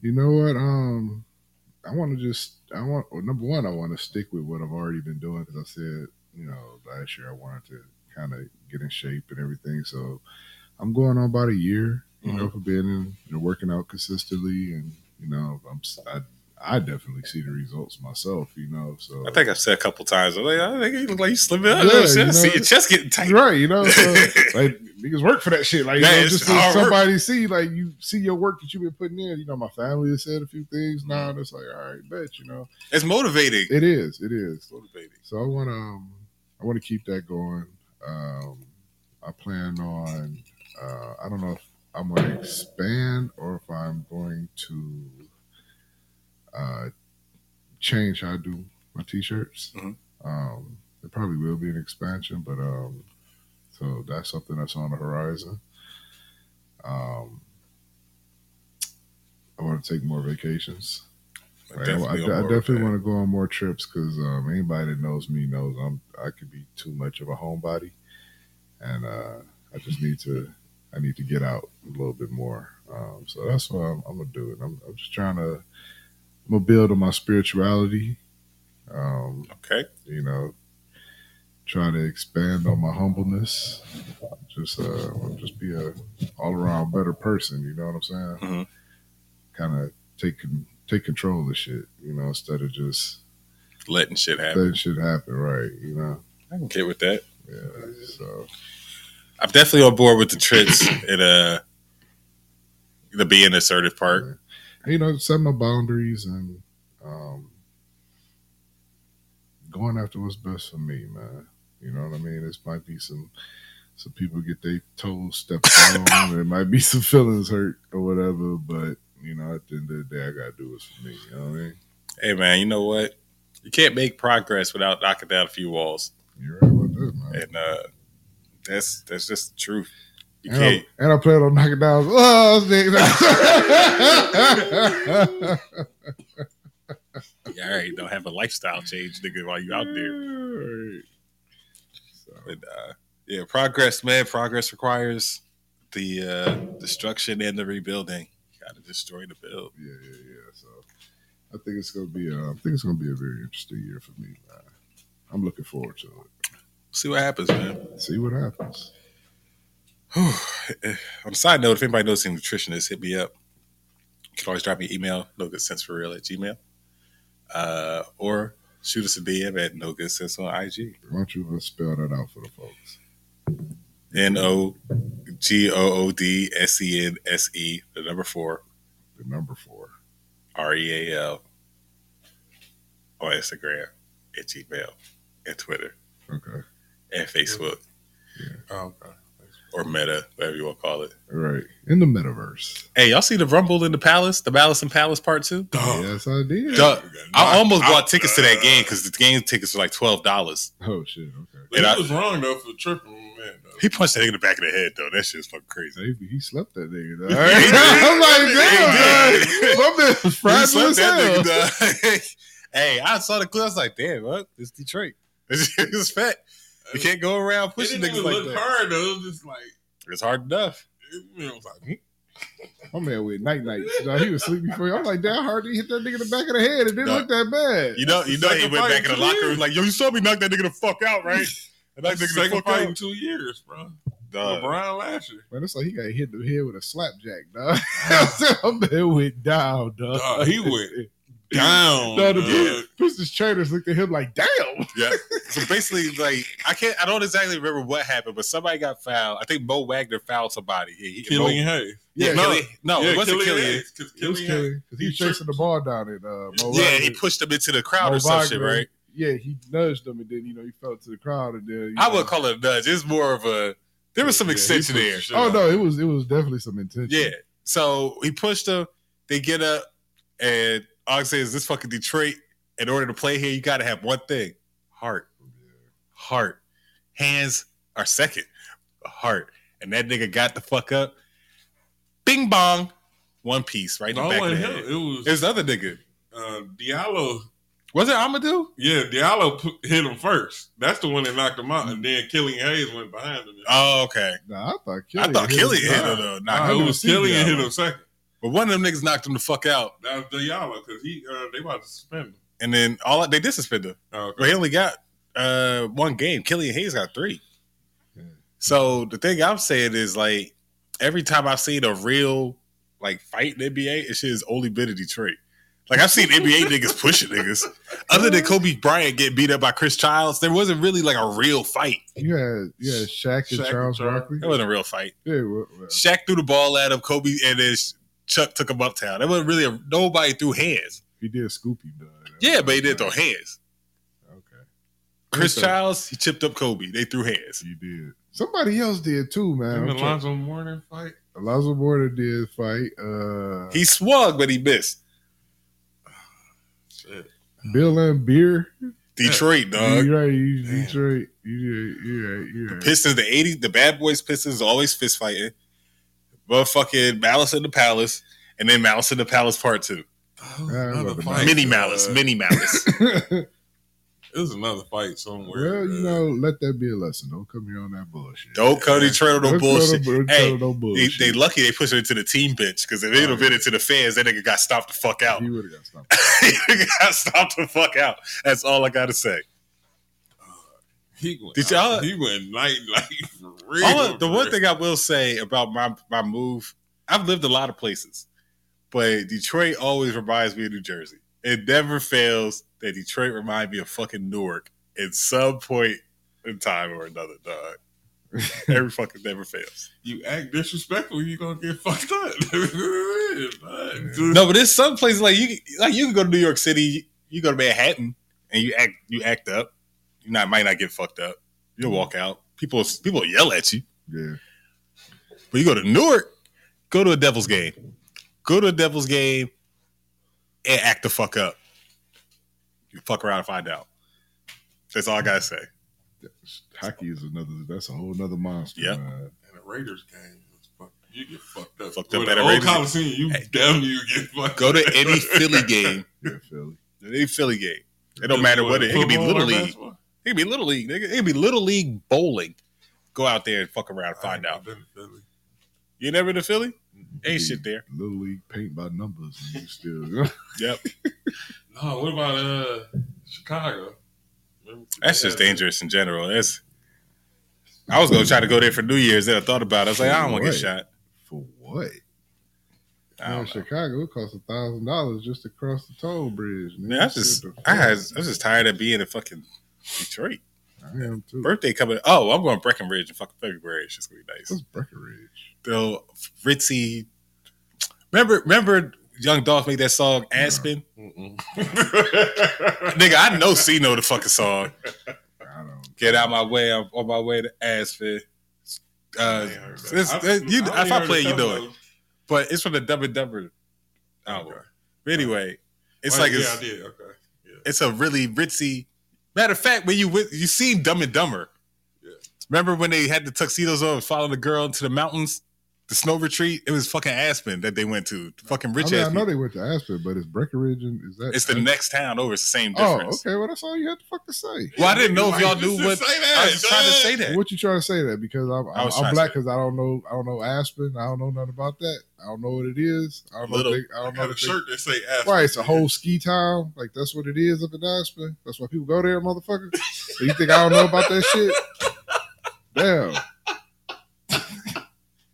You know what? Um, I want to just I want well, number one, I want to stick with what I've already been doing because I said you know last year I wanted to kind of get in shape and everything. So I'm going on about a year, you know,
Mm-hmm.
for being in, you know, working out consistently, and you know, I'm s- I, I definitely see the results myself, you know. So
I think I've said a couple times. I'm like, I think you look like you slimming up.
Yeah,
You know what I'm saying?
you
See
know.
your chest getting tight.
Right, you know, so like niggas work for that shit. Like, you
Yeah,
know,
it's
just
hard
so
work.
somebody see, like, you see your work that you've been putting in. You know, my family has said a few things now, and it's like, all right, bet you know,
It's motivating.
it is, it is.
motivating.
So I want to, um, I want to keep that going. Um, I plan on, uh, I don't know if I'm going to expand or if I'm going to uh, change how I do my t-shirts.
Mhm.
Um, it probably will be an expansion, but um, so that's something that's on the horizon. Um, I want to take more vacations.
I
Right.
definitely
I,
on
I
board with
definitely
that.
want to go on more trips because um, anybody that knows me knows I'm I could be too much of a homebody, and uh, I just need to I need to get out a little bit more. Um, so that's what I'm, I'm gonna do. And I'm, I'm just trying to I'm gonna build on my spirituality. Um,
Okay.
you know, try to expand on my humbleness. Just uh, just be a all around better person. You know what I'm saying?
Mhm.
Kind of take con- take control of shit. You know, instead of just
Letting shit happen.
letting shit happen. Right? You know?
I can get with that.
Yeah. So
I'm definitely on board with the trips and uh the being assertive part.
and, you know, set my boundaries and um, going after what's best for me, man. You know what I mean? This might be some some people get their toes stepped on, and it might be some feelings hurt or whatever. But you know, at the end of the day, I gotta do what's for me. You know what I mean?
Hey man, you know what? You can't make progress without knocking down a few walls,
You're right about that, man.
and uh, that's that's just the truth. You
and, I,
can't.
and I plan on knocking down. Oh, nigga.
All right, don't have a lifestyle change, nigga, while you out there.
Right. So,
But uh, yeah, progress, man. Progress requires the uh, destruction and the rebuilding. You gotta destroy the build.
yeah, yeah, yeah. So I think it's gonna be. Uh, I think it's gonna be a very interesting year for me. Man. I'm looking forward to
See what happens, man.
it. See what happens.
On a side note, if anybody knows a nutritionist, hit me up. You can always drop me an email, no good sense for real at Gmail, uh, or shoot us a DM at no good sense on IG.
Why don't you let's spell that out for the folks?
N O G O O D S E N S E, the number four,
The number four.
R E A L, on Instagram, at Gmail, and Twitter,
Okay.
and Facebook,
oh, okay.
or Meta, whatever you want to call it.
All right. In the metaverse.
Hey, y'all see the Rumble in the Palace, the Palace and Palace Part 2?
Yes, I did.
Duh. I almost
I-
bought tickets to that game because the game tickets were like $12.
Oh shit. Okay.
But
And I-
he was wrong though for tripping, man. Though.
He punched that nigga in the back of the head, though. That shit's fucking crazy.
Maybe he slept that nigga. though.
He
I'm like,
did. He
damn, man. My man's
He
fragile as
slept
hell.
that nigga, dog. hey, I saw the clip. I was like, damn, what? It's Detroit. it's fat. You can't go around
It
pushing
didn't
niggas
even
like
look
that.
hard though. It was just like
It's hard enough.
it, you know, it was like
My man went night night. No, he was sleeping before. I'm like, that hard to hit that nigga in the back of the head. It didn't
No.
look that bad.
You know, you know, he
Second
went
fight
back in the
in two
locker room
years.
like, yo, you saw me knock that nigga the fuck out, right? And that
That's the
nigga the Uh,
second
fuck
fight in
out.
two years, bro.
Dog.
LeBron Lashley.
Man, it's like he got hit in the head with a slapjack, dog. I'm man went down, dog.
Dog, he went
Dog,
down.
the
Oh,
dog.
Pistons- Pistons trainers looked at him like, damn.
Yeah. So basically, like I can't, I don't exactly remember what happened, but somebody got fouled. I think Mo Wagner fouled somebody. He, he,
Killing
Mo,
Hayes.
yeah,
no,
Killian- no, it wasn't Killian.
Because
It was
Killian Hayes.
killing because he was
He
chasing the ball down at uh, Mo
yeah,
Wagner.
he pushed him into the crowd
Mo
or some shit,
Wagner,
right?
Yeah, he nudged him and then you know he fell to the crowd and then you
I
know-
would call it a nudge. It's more of a there was some
Yeah, he
extension
put
there.
shit
Oh
out.
no, it was it was definitely some intention.
Yeah. So he pushed him. They get up, and Og says, "This fucking Detroit. In order to play here, you got to have one thing: heart. Heart. Hands are second. but Heart. And that nigga got the fuck up. Bing bong. One piece right in
No,
the
it
back of the
wasn't
head.
him. Oh, It was
It was the other nigga.
uh, Diallo.
Was it Amadou?
Yeah, Diallo pu- hit him first. That's the one that knocked him out, and then Killing Hayes went behind him.
Oh, okay.
Nah, I thought Killian.
I thought
hit him.
Killian hit him
Nah.
though. Knocked
Nah,
him.
it
never
was
seen
Killing
Diallo.
hit him second.
But one of them niggas knocked him the fuck out.
That was Diallo because he uh, they about to suspend him.
And then all they did suspend him.
Oh,
But he only got uh, one game. Killian Hayes got three.
Yeah.
So the thing I'm saying is like every time I've seen a real like fight in NBA, it shit has only been in Detroit. Like I've seen NBA niggas pushing niggas. Other than Kobe Bryant getting beat up by Chris Childs, there wasn't really like a real fight.
You had you had Shaq and
Shaq and
Charles
Charles.
Barkley.
It wasn't a real fight.
Yeah, well, well,
Shaq threw the ball at him, Kobe, and then Chuck took him uptown. That wasn't really a, nobody threw hands.
he did scoop him, dog.
Yeah, but he did throw hands.
Okay,
Chris
Okay.
Childs, he chipped up Kobe. They threw hands.
he did. Somebody else did too, man.
Didn't
I'm trying-
Alonzo Mourning fight?
Alonzo Border did fight. Uh,
He swung, but he missed.
Shit.
Bill and Beer.
Detroit, dog.
you right, you
Damn.
Detroit. You did. You right. You right.
Pistons, the 80, the bad boys Pistons always fist fighting. Motherfucking Malice in the Palace, and then Malice in the Palace Part 2.
That was
Nah,
another
but-
fight.
mini Malice,
uh,
mini Malice.
It was another fight somewhere.
well, you
uh,
know, let that be a lesson. Don't come here on that bullshit.
Don't cut each other no
Don't come
bullshit.
on- don't
Hey,
come on no
They,
bullshit.
they lucky they pushed it to the team bench because if it have been into the fans, that nigga got stopped the fuck out.
He would have got stopped.
He got stopped the fuck out. That's all I gotta say.
He went,
Did y'all-
he went night night for real.
All- the
for
one
real.
thing I will say about my my move, I've lived a lot of places, but Detroit always reminds me of New Jersey. It never fails that Detroit reminds me of fucking Newark at some point in time or another. Dog, every fucking never fails.
you act disrespectful, you gonna get fucked up. no,
No, but there's some places like you like you can go to New York City, you go to Manhattan, and you act you act up. You not might not get fucked up. You'll walk out. People people yell at you.
Yeah.
But you go to Newark, go to a Devils game, go to a Devils game, and act the fuck up. You fuck around and find out. That's all I gotta say.
Hockey is another. That's a whole nother monster.
Yep.
man.
in a Raiders game, it's fuck- you get fucked up.
Fucked
Go
up
to
at a
old
Raiders game.
Coliseum, you
Hey.
damn you get fucked.
Go to
up.
any Philly game,
Yeah, Philly.
any Philly game. It don't matter what it. It could be
Football
little
or
league.
basketball?
It could be little league. nigga. It could be little league bowling. Go out there and fuck around and find
I ain't
out.
been to Philly.
You never been to Philly? Ain't shit there.
Little league paint by numbers, and you still.
Yep.
No, what about uh Chicago? Remember-
That's
they
just
had-
dangerous in general. That's. I was gonna try to go there for New Year's. Then I thought about it. I was like, I don't want to get
Right.
shot.
For what?
I
Man,
don't know.
Chicago it costs a thousand dollars just to cross the toll bridge. Man,
Man, I just, I has, I'm just tired of being in fucking Detroit.
I am too.
Birthday coming. Oh, I'm going to Breckenridge in fucking February. It's just gonna be nice.
That's Breckenridge.
Though Ritzy, remember, remember, Young Dolph made that song Aspen.
Mm-mm.
Nigga, I know C know the fucking song.
I don't.
Get out my way. I'm on my way to Aspen. Uh,
Yeah, I heard that.
this,
I've-
this- you,
I've
if I
heard
play, it, you
some
know
of
it.
those.
But it's from the Dumb and Dumber album.
Okay.
But anyway, it's
Wait,
like
yeah,
it's,
I did. Okay,
it's a really ritzy. Matter of fact, when you with you seen Dumb and Dumber,
Yeah.
remember when they had the tuxedos on and followed the girl into the mountains? The snow retreat. It was fucking Aspen that they went to. Fucking
I,
rich
mean, I
ass.
know
people.
they went to Aspen, but it's Breckenridge and is that?
It's the next town over. It's the same
Oh,
difference.
okay. Well, that's all you had to fucking say.
Well, I didn't know if
Why
y'all
you
knew
just
what.
say
I
that,
was trying to
dog?
say that.
What you trying to say that because I'm
I
I
was
am
trying to
black
say
because I don't know I don't know Aspen. I don't know nothing about that. I don't know what it is. I don't
Little-
know. They, I
I
don't know.
got a
that they-
shirt that say Aspen.
Right, it's a whole ski town. Like that's what it is up in Aspen. That's why people go there, motherfucker. So you think I don't know about that shit? Damn,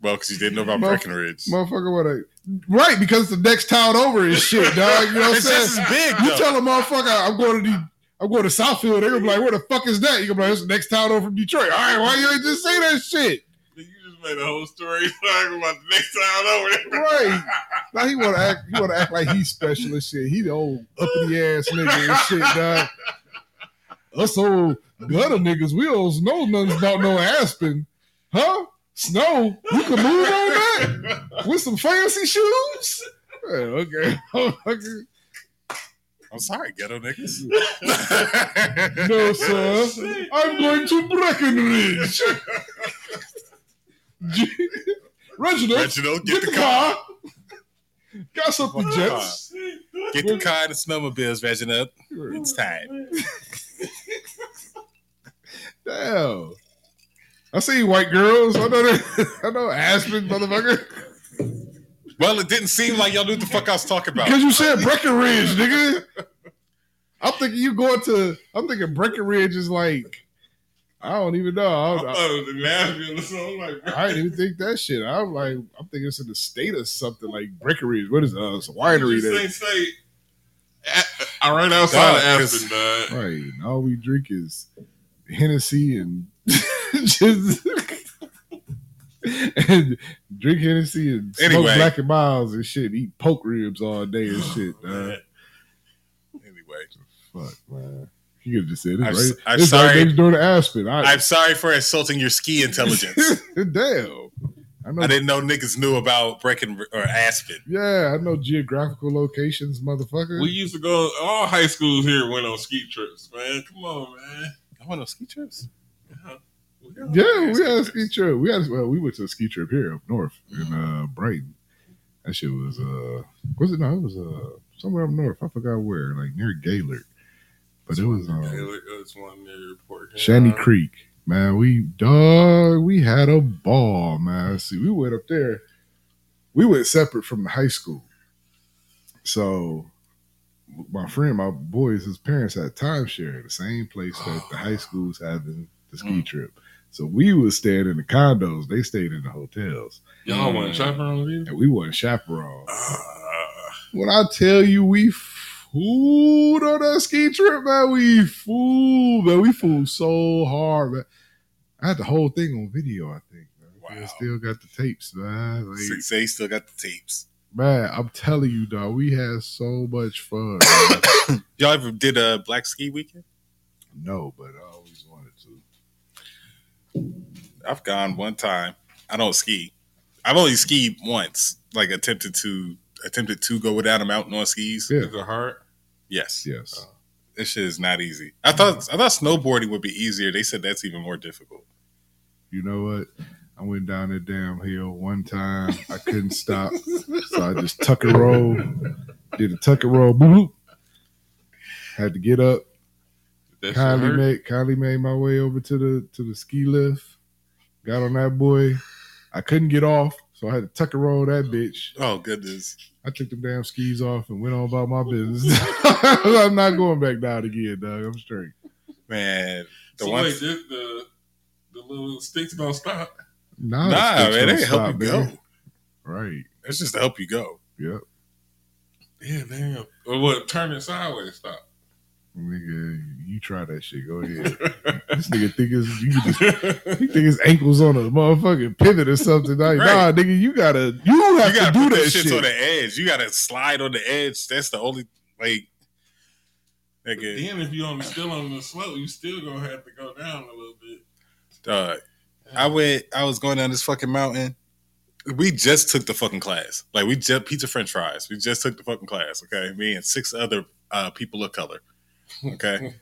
Well, because you didn't know about
Motherf-
Breckenridge.
motherfucker, what a right because the next town over is shit, dog. You know what I'm
It's just
saying?
as big.
You
though.
tell a motherfucker I'm going to the I'm going to Southfield. They're gonna be like, where the fuck is that? You gonna be like, it's the next town over from Detroit. All right, why you ain't just say that shit?
You just made a whole story talking about the next time over there.
Right. Now he wanna act he wanna act like he's special and shit. He the old uppity ass nigga and shit, dog. Us old gutter niggas, we don't know nothing about no Aspen. Huh? Snow? You can move on that? With some fancy shoes? Yeah, okay. Okay.
I'm sorry, ghetto niggas.
no, sir. I'm going to Breckenridge. Reginald,
Reginald,
get the car. Got something,
Fuck the
gents.
Get the car and the snowmobiles, Reginald. It's time.
Damn. I see white girls. I know that. I know Aspen, motherfucker.
Well, it didn't seem like y'all knew what the fuck I was talking about.
Because you said Breckenridge, nigga. I'm thinking you going to. I'm thinking Breckenridge is like. I don't even know. I,
I
don't-
thought it was in Nashville or something. I'm like,
I didn't even think that shit. I'm like, I'm thinking it's in the state or something like Breckenridge. What is it? Uh, it's a winery.
You
That,
say, say, I right outside
Dog,
of
'cause-
Aspen, dog.
right. And all we drink is Hennessy and just and drink Hennessy and smoke
Anyway. Oh,
black and miles and shit. Eat poke ribs all day and shit. dog.
Anyway,
Fuck man, you could have just said it
I'm
right.
s- I'm
it's right
sorry.
next door to Aspen. I,
I'm sorry for insulting your ski intelligence.
damn. I know.
I didn't know niggas knew about Brecken or Aspen.
yeah, I know geographical locations, motherfucker.
We used to go. All high schools here went on ski trips, man. Come on, man.
I went on ski trips.
Yeah, we had a ski trip. We had well, we went to a ski trip here up north in uh Brighton. That shit was uh was it no, it was uh somewhere up north. I forgot where, like near Gaylord. But it was um
It's one near your port.
Shanty Creek. Man, we dog we had a ball, man. See, we went up there. We went separate from the high school. So my friend, my boys, his parents had timeshare at the same place that the high school's having the ski
Mm.
trip. So we was staying in the condos. They stayed in the hotels.
Y'all want chaperone with you?
And we wasn't chaperones.
Ah,
When I tell you we fooled on that ski trip, man, we fooled, man. We fooled so hard, man. I had the whole thing on video, I think, man. I
Wow.
still got the tapes, man. Like,
Six A still got the tapes.
man, I'm telling you, dog, we had so much fun. man.
Y'all ever did a black ski weekend?
no, but I always wanted to.
I've gone one time. I don't ski. I've only skied once. Like attempted to attempted to go down a mountain on skis.
Yeah.
Is it hard?
Yes.
Yes.
This shit is not easy. I thought I thought snowboarding would be easier. They said that's even more difficult.
You know what? I went down that damn hill one time. I couldn't stop. So I just tuck and roll. Did a tuck and roll. Boop, boop. Had to get up.
That shit
Kindly
hurt?
made kindly made my way over to the to the ski lift. Got on that boy. I couldn't get off, so I had to tuck and roll that bitch.
Oh goodness.
I took them damn skis off and went on about my business. I'm not going back down again, dog. I'm straight.
Man. The
so
one
wait, this, the the little sticks don't stop.
Nah,
Nah,
the sticks
man,
don't
they help
stop,
you go.
nigga. Right.
It's just to help you go.
Yep.
Yeah, damn. Or what? Turn it sideways. Stop.
Nigga, you try that shit. Go ahead. this nigga think it's you just he think his ankles on a motherfucking pivot or something. Like,
Right.
nah, nigga, you gotta you have
you
to
gotta
do
put
that
that shit
shit.
on the edge. You gotta slide on the edge. That's the only like. Nigga,
Then if you on still on the slope, you still gonna have to go down a little bit.
dog. I went. I was going down this fucking mountain. We just took the fucking class. Like we just pizza French fries. We just took the fucking class. Okay, me and six other uh, people of color. Okay,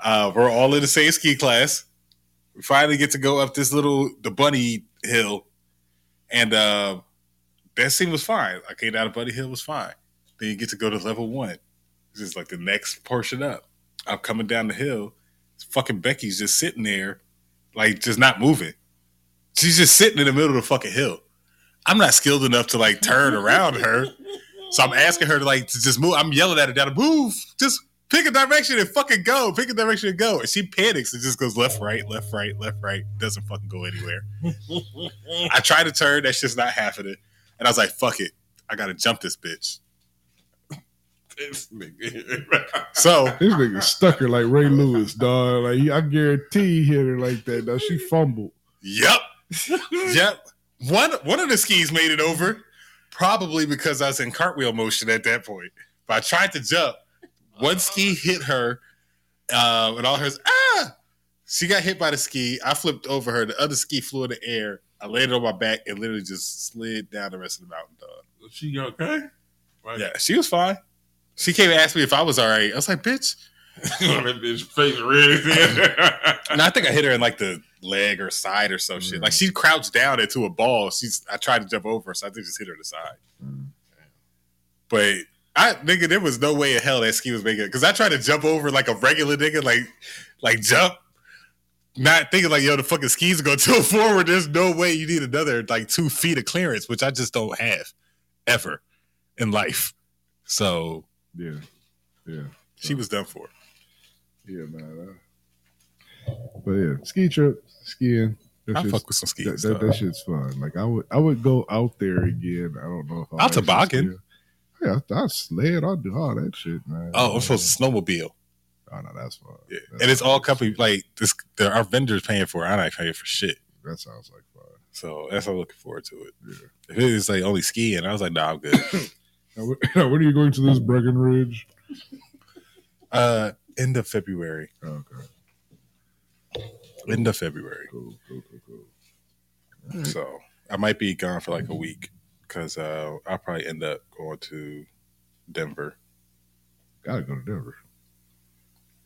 uh, we're all in the same ski class. We finally get to go up this little the bunny hill, And uh, that scene was fine. I came down to Buddy Hill was fine. Then you get to go to level one. This is like the next portion up. I'm coming down the hill. Fucking Becky's just sitting there, like just not moving. She's just sitting in the middle of the fucking hill. I'm not skilled enough to like turn around her. So I'm asking her to like to just move. I'm yelling at her down to move. Just pick a direction and fucking go. Pick a direction and go. And she panics and just goes left, right, left, right, left, right. Doesn't fucking go anywhere. I try to turn. That's just not happening. And I was like, fuck it. I gotta jump this bitch.
This nigga.
So
This nigga stuck her like Ray Lewis, dog. Like he- I guarantee he hit her like that. Now she fumbled.
Yep. yep. One one of the skis made it over, probably because I was in cartwheel motion at that point. But I tried to jump. One ski hit her, uh, and all hers. Ah! She got hit by the ski. I flipped over her. The other ski flew in the air. I landed on my back and literally just slid down the rest of the mountain, dog.
she okay? Like,
Yeah, she was fine. She came and asked me if I was all right. I was like, bitch.
that bitch face red.
And I think I hit her in like the leg or side or some shit. Like
Mm.
she crouched down into a ball. She's I tried to jump over, her, so I think just hit her in the side.
Mm.
But I nigga, there was no way in hell that ski was making it. Cause I tried to jump over like a regular nigga, like like jump. Not thinking like, yo, the fucking skis are gonna tilt forward. There's no way you need another like two feet of clearance, which I just don't have ever in life. So
Yeah, yeah.
she was done for.
Yeah, man. uh, But yeah, ski trip, skiing. That
I
shit's,
fuck with some skis.
that, that, that shit's fun. Like I would, I would go out there again. I don't know if I'll
I'll toboggan.
actually ski. Yeah, I- I'll sled. I'll do all that shit, man.
oh, I'm supposed to snowmobile.
Oh no, that's fun.
Yeah.
That's
And it's all company like this. There, our vendors paying for. it. I'm not paying for shit.
That sounds like fun.
So that's I'm looking forward to it.
Yeah.
If it was like only skiing, I was like, nah, I'm good.
Now, wh- now, when are you going to this Breckenridge?
uh, end of February.
Oh, okay,
End of February.
cool, cool, cool, cool.
So I might be gone for like a week because uh, I'll probably end up going to Denver.
Gotta go to Denver.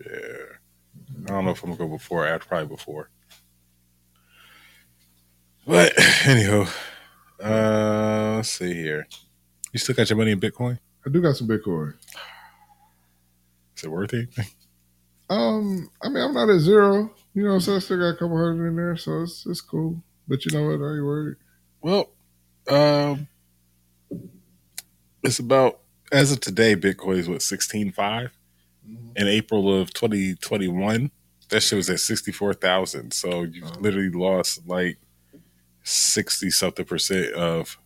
Yeah. I don't know if I'm gonna go before or after. Probably before. But anyhow, uh, let's see here. You still got your money in Bitcoin?
I do got some Bitcoin.
Is it worth it?
Um, I mean, I'm not at zero. You know, so I still got a couple hundred in there, so it's it's cool. But you know what? I ain't worried.
Well, um, it's about as of today, Bitcoin is what sixteen five. In April of twenty twenty one, that shit was at sixty four thousand. So you
Oh.
literally lost like sixty something percent of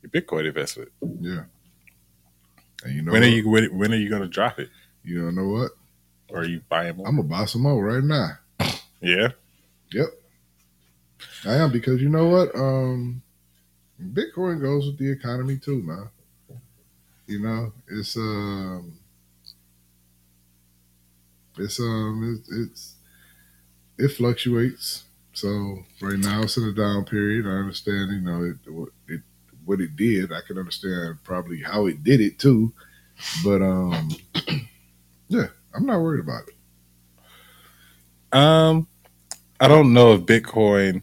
your Bitcoin investment.
Yeah. And you know
When are
what?
you when, when are you going to drop it?
You don't know what?
Or are you buying more?
I'm gonna buy some more right now.
yeah,
I am because you know what? Um Bitcoin goes with the economy too, man. You know, it's um it's um it, it's it fluctuates. So right now it's in a down period. I understand, you know, it what it what it did. I can understand probably how it did it too. But um yeah, I'm not worried about it.
Um, I don't know if Bitcoin.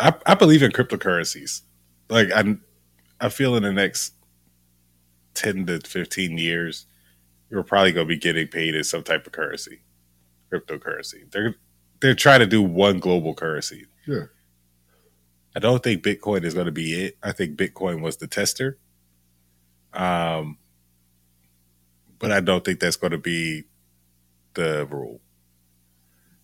I I believe in cryptocurrencies. Like I, I feel in the next ten to fifteen years, you're probably gonna be getting paid in some type of currency, cryptocurrency. They're they're trying to do one global currency.
Sure.
I don't think Bitcoin is going to be it. I think Bitcoin was the tester. Um, but I don't think that's going to be the rule.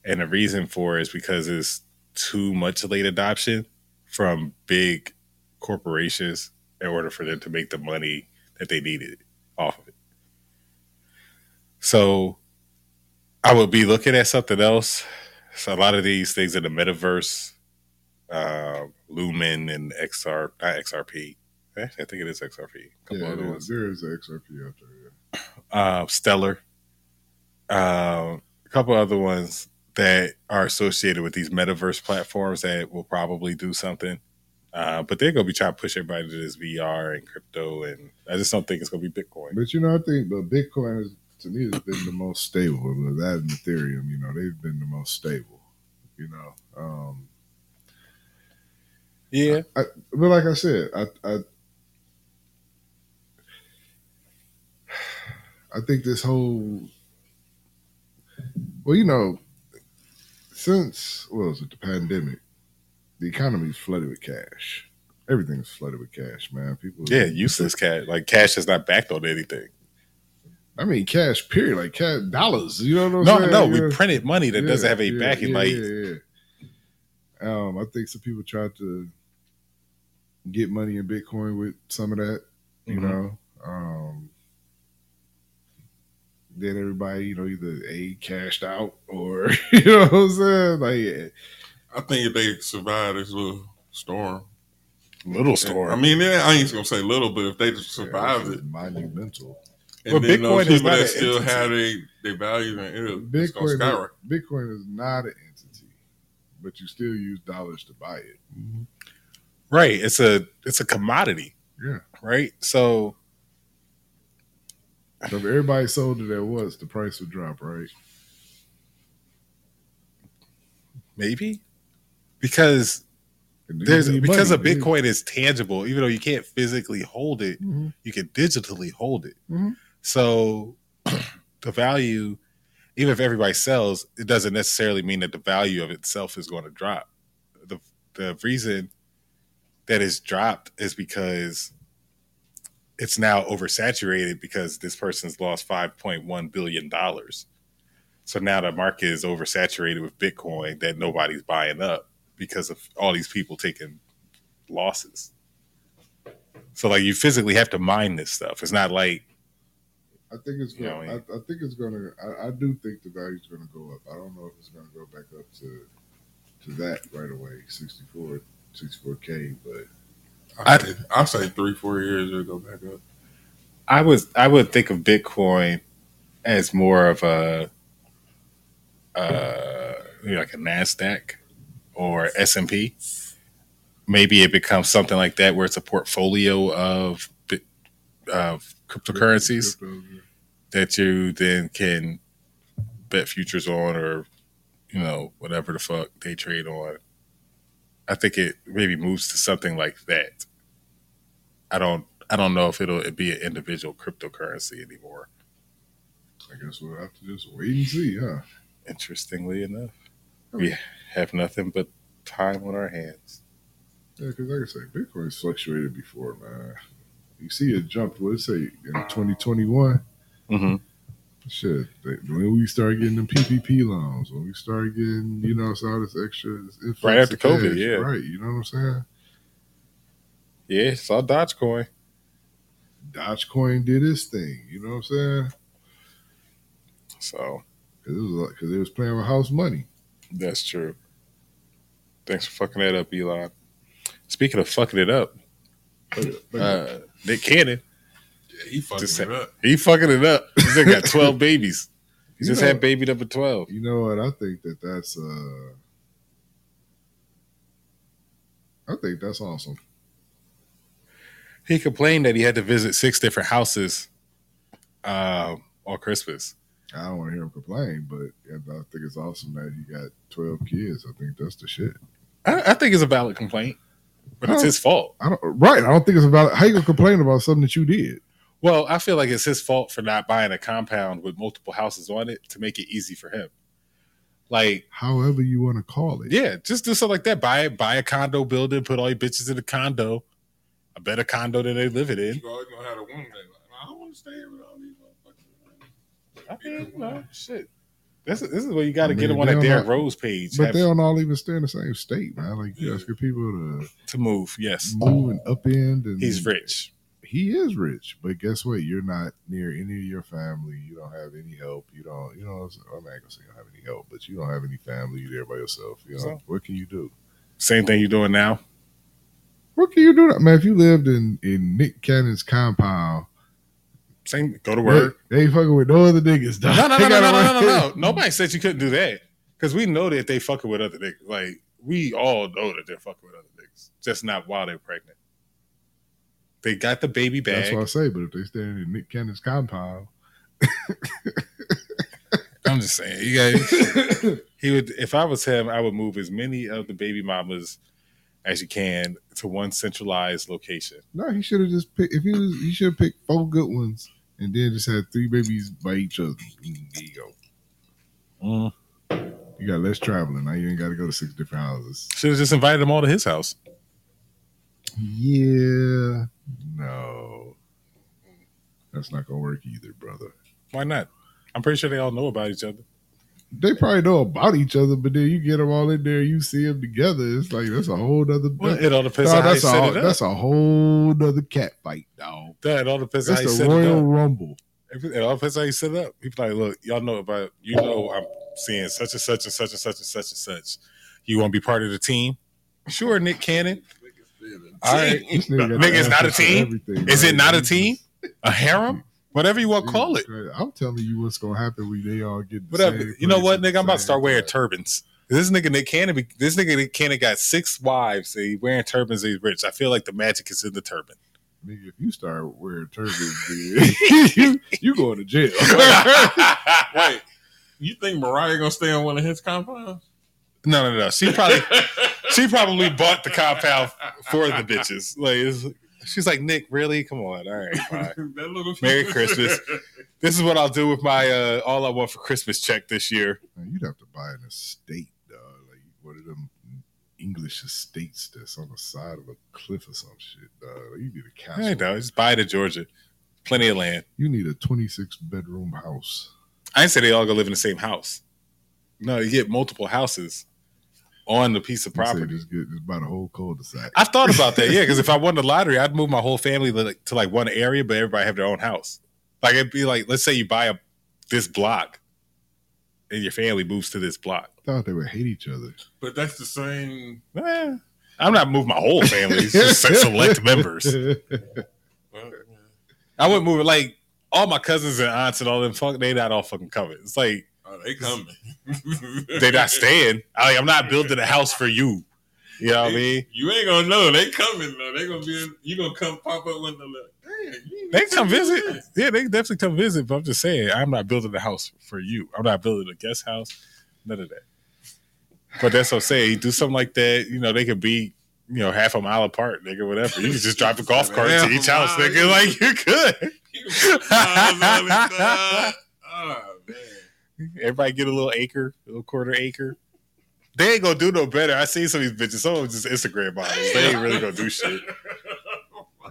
And the reason for it is because it's too much late adoption from big corporations in order for them to make the money that they needed off of it. So I would be looking at something else. So a lot of these things in the metaverse, uh, Lumen and XR, not XRP. Actually, Eh, I think it is XRP. A couple
Yeah,
other
there-
ones
there is a XRP out there. yeah.
uh, Stellar, uh, a couple other ones that are associated with these metaverse platforms that will probably do something. Uh, but they're going to be trying to push everybody to this VR and crypto. And I just don't think it's going to be Bitcoin.
But you know, I think but Bitcoin is to me has been the most stable. But That and Ethereum, you know, they've been the most stable. You know, um,
Yeah.
But like I said, I I, I think this whole well, you know, since what was it, the pandemic, the economy's flooded with cash. Everything's flooded with cash, man. People
Yeah, useless cash. Like cash is not backed on anything.
I mean cash, period, like cash dollars. You know what I'm
No,
saying?
no,
Oh, Yeah.
we printed money that
Yeah,
doesn't have a
yeah,
backing.
yeah,
like
yeah, yeah. um, I think some people tried to get money in Bitcoin with some of that, you
Mhm.
know. Um, then everybody, you know, either a cashed out or you know what I'm saying, like
I think they survived this little storm.
little store.
I mean, yeah, I ain't gonna say little, but if they just
yeah,
survived
this
it,
is monumental.
and
Well,
then
Bitcoin
those
is
people
not
that
an
still
entity.
have they they values and it, it's gonna
Bitcoin,
skyrocket.
Bitcoin is not an entity, but you still use dollars to buy it.
Mm-hmm. Right. It's a it's a commodity.
Yeah.
Right? So
So if everybody sold it at once, the price would drop, right?
maybe because
And you
there's
need
because
money,
a Bitcoin is tangible, even though you can't physically hold it,
Mhm.
you can digitally hold it.
Mhm.
So the value, even if everybody sells, it doesn't necessarily mean that the value of itself is going to drop. The the reason that it's dropped is because it's now oversaturated because this person's lost five point one billion dollars. So now the market is oversaturated with Bitcoin that nobody's buying up because of all these people taking losses. So like you physically have to mine this stuff. It's not like
I think it's
You
going.
know,
I, I think it's going to. I, I do think the value's going to go up. I don't know if it's going to go back up to to that right away, 64, 64k. But
I I say three four years it'll go back up.
I was I would think of Bitcoin as more of a uh you know, like a Nasdaq or S and P. Maybe it becomes something like that where it's a portfolio of bit- of cryptocurrencies that you then can bet futures on or you know whatever the fuck they trade on i think it maybe moves to something like that i don't i don't know if it'll be an individual cryptocurrency anymore
I guess we'll have to just wait and see, huh?
interestingly enough we have nothing but time on our hands
Yeah, because like I said, Bitcoin's fluctuated before, man. You see it jumped. What it say in 2021?
mm-hmm.
Shit, they- when we started getting them PPP loans, when we started getting, you know, so all this extra influx
Right after
of
COVID, yeah.
right. You know what I'm saying?
yeah saw dogecoin
Dogecoin did its thing. You know what I'm saying?
so
Because it was like, because they was playing with house money.
that's true thanks for fucking that up elon speaking of fucking it up
But, but
uh, nick cannon
Yeah, he fucking
Just
it up.
He fucking it up. He's still got 12 babies. He
You
just
know-
had baby number 12.
you know what? I think that that's uh, I think that's awesome.
He complained that he had to visit six different houses uh, on Christmas.
I don't want to hear him complain, but yeah, but I think it's awesome that he got twelve kids. I think that's the shit.
I, I think it's a valid complaint, but it's
Huh?
his fault.
I don't right. I don't think it's about how you gonna complain about something that you did.
Well, I feel like it's his fault for not buying a compound with multiple houses on it to make it easy for him. Like,
However you want to call it.
yeah, just do something like that. Buy buy a condo building, put all your bitches in a condo, a better condo than they living in.
You always gonna have a woman that like, I don't want to stay here with all these motherfuckers.
I mean, you know, shit. This is, this is where you got to
I
get
mean,
him on
they
that
don't
Derrick
have-
Rose page
But
have-
they don't all even stay in the same state, man. Like you
Yeah.
asking people
to move. Yes.
to move and upend, and
He's rich.
he is rich, but guess what? You're not near any of your family. You don't have any help. You don't, you know, I'm not gonna say you don't have any help, but you don't have any family. You're there by yourself. You know,
So?
what can you do?
Same thing you're doing now.
What can you do? Man, if you lived in in Nick Cannon's compound,
Same. Go to work.
They, they ain't fucking with no other niggas. dog.
No, no,
They
no, no,
gotta
no, no, no,
work.
no. Nobody said you couldn't do that because we know that they fucking with other niggas. Like we all know that they're fucking with other niggas, just not while they're pregnant. They got the baby
That's
back.
what I say. But if they stand in Nick Cannon's compound,
I'm just saying, you guys. he would. If I was him, I would move as many of the baby mamas as you can to one centralized location.
No, he should have just picked. If he was, he should have picked four good ones and then just had three babies by each other. Mm, There you go.
Mm.
You got less traveling. Now you ain't got to go to six different houses.
Should have just invited them all to his house.
Yeah. No. That's not gonna work either, brother.
Why not? I'm pretty sure they all know about each other.
They probably know about each other, but then you get them all in there, you see them together. It's like that's a whole other.
Well, it all depends
Dawg,
on how you
that's,
set
a,
it up.
that's a whole other cat fight, dog.
That all depends on how
That's
you
the
set it
Royal
up.
Rumble.
If It all depends how you set it up. People like, look, y'all know about you know I'm seeing such and such and such and such and such and such. You want to be part of the team? Sure, Nick Cannon. All right.
This nigga got
Nigga, it's
the
not a
answer for
team?
everything,
Is
man.
it not a team? A harem? Whatever you want
Mm-hmm.
to call it.
I'm telling you what's gonna happen when they all get. the
Whatever.
same
You know what,
place
nigga? I'm about
at
to start
the
wearing
same
turbans. This nigga Nick Cannon, be- this nigga Nick Cannon got six wives. And he wearing turbans. And he's rich. I feel like the magic is in the
time.
turban.
Nigga, if you start wearing turbans, dude, you you going to jail.
Wait, you think Mariah gonna stay on one of his compounds?
No, no, no. She probably she probably bought the compound for the bitches. Like it's- she's like Nick, really? Come on, all right. Fine.
That little
Merry Christmas. This is what I'll do with my uh, all I want for Christmas check this year.
Man, you'd have to buy an estate, dog. Like one of them English estates that's on the side of a cliff or some shit, dog. Like, you need a castle.
I know. Just buy it in Georgia. Plenty of land.
You need a 26 bedroom house.
I didn't say they all go live in the same house. No, you get multiple houses on the piece of
You say
property.
Just get just buy the whole cul-de-sac.
I've thought about that, yeah. Because if I won the lottery, I'd move my whole family to like, to like one area, but everybody have their own house. Like it'd be like, let's say you buy a this block, and your family moves to this block.
thought they would hate each other.
But that's the same.
Eh, I'm not moving my whole family, it's just select members.
Well,
I wouldn't move it like all my cousins and aunts and all them. Fuck, they not all fucking coming. It's like
oh, they coming.
they not staying. I, I'm not building a house for you. You know what I mean?
You ain't gonna know. They coming though. They gonna be. In, you gonna come pop up when the like, dang. you ain't
They come
tell me
visit.
this.
Yeah, they definitely come visit. But I'm just saying, I'm not building a house for you. I'm not building a guest house. None of that. But that's what I'm saying. You do something like that, you know, they could be, you know, half a mile apart, nigga, whatever. You could just drive a golf cart
Half
to
a
each house,
mile.
nigga. Like you could.
You can put flowers on the side. Oh man.
Everybody get a little acre, a little quarter acre. They ain't gonna do no better. I seen some of these bitches. Some of them just Instagram models. They ain't really gonna do shit.
Wow.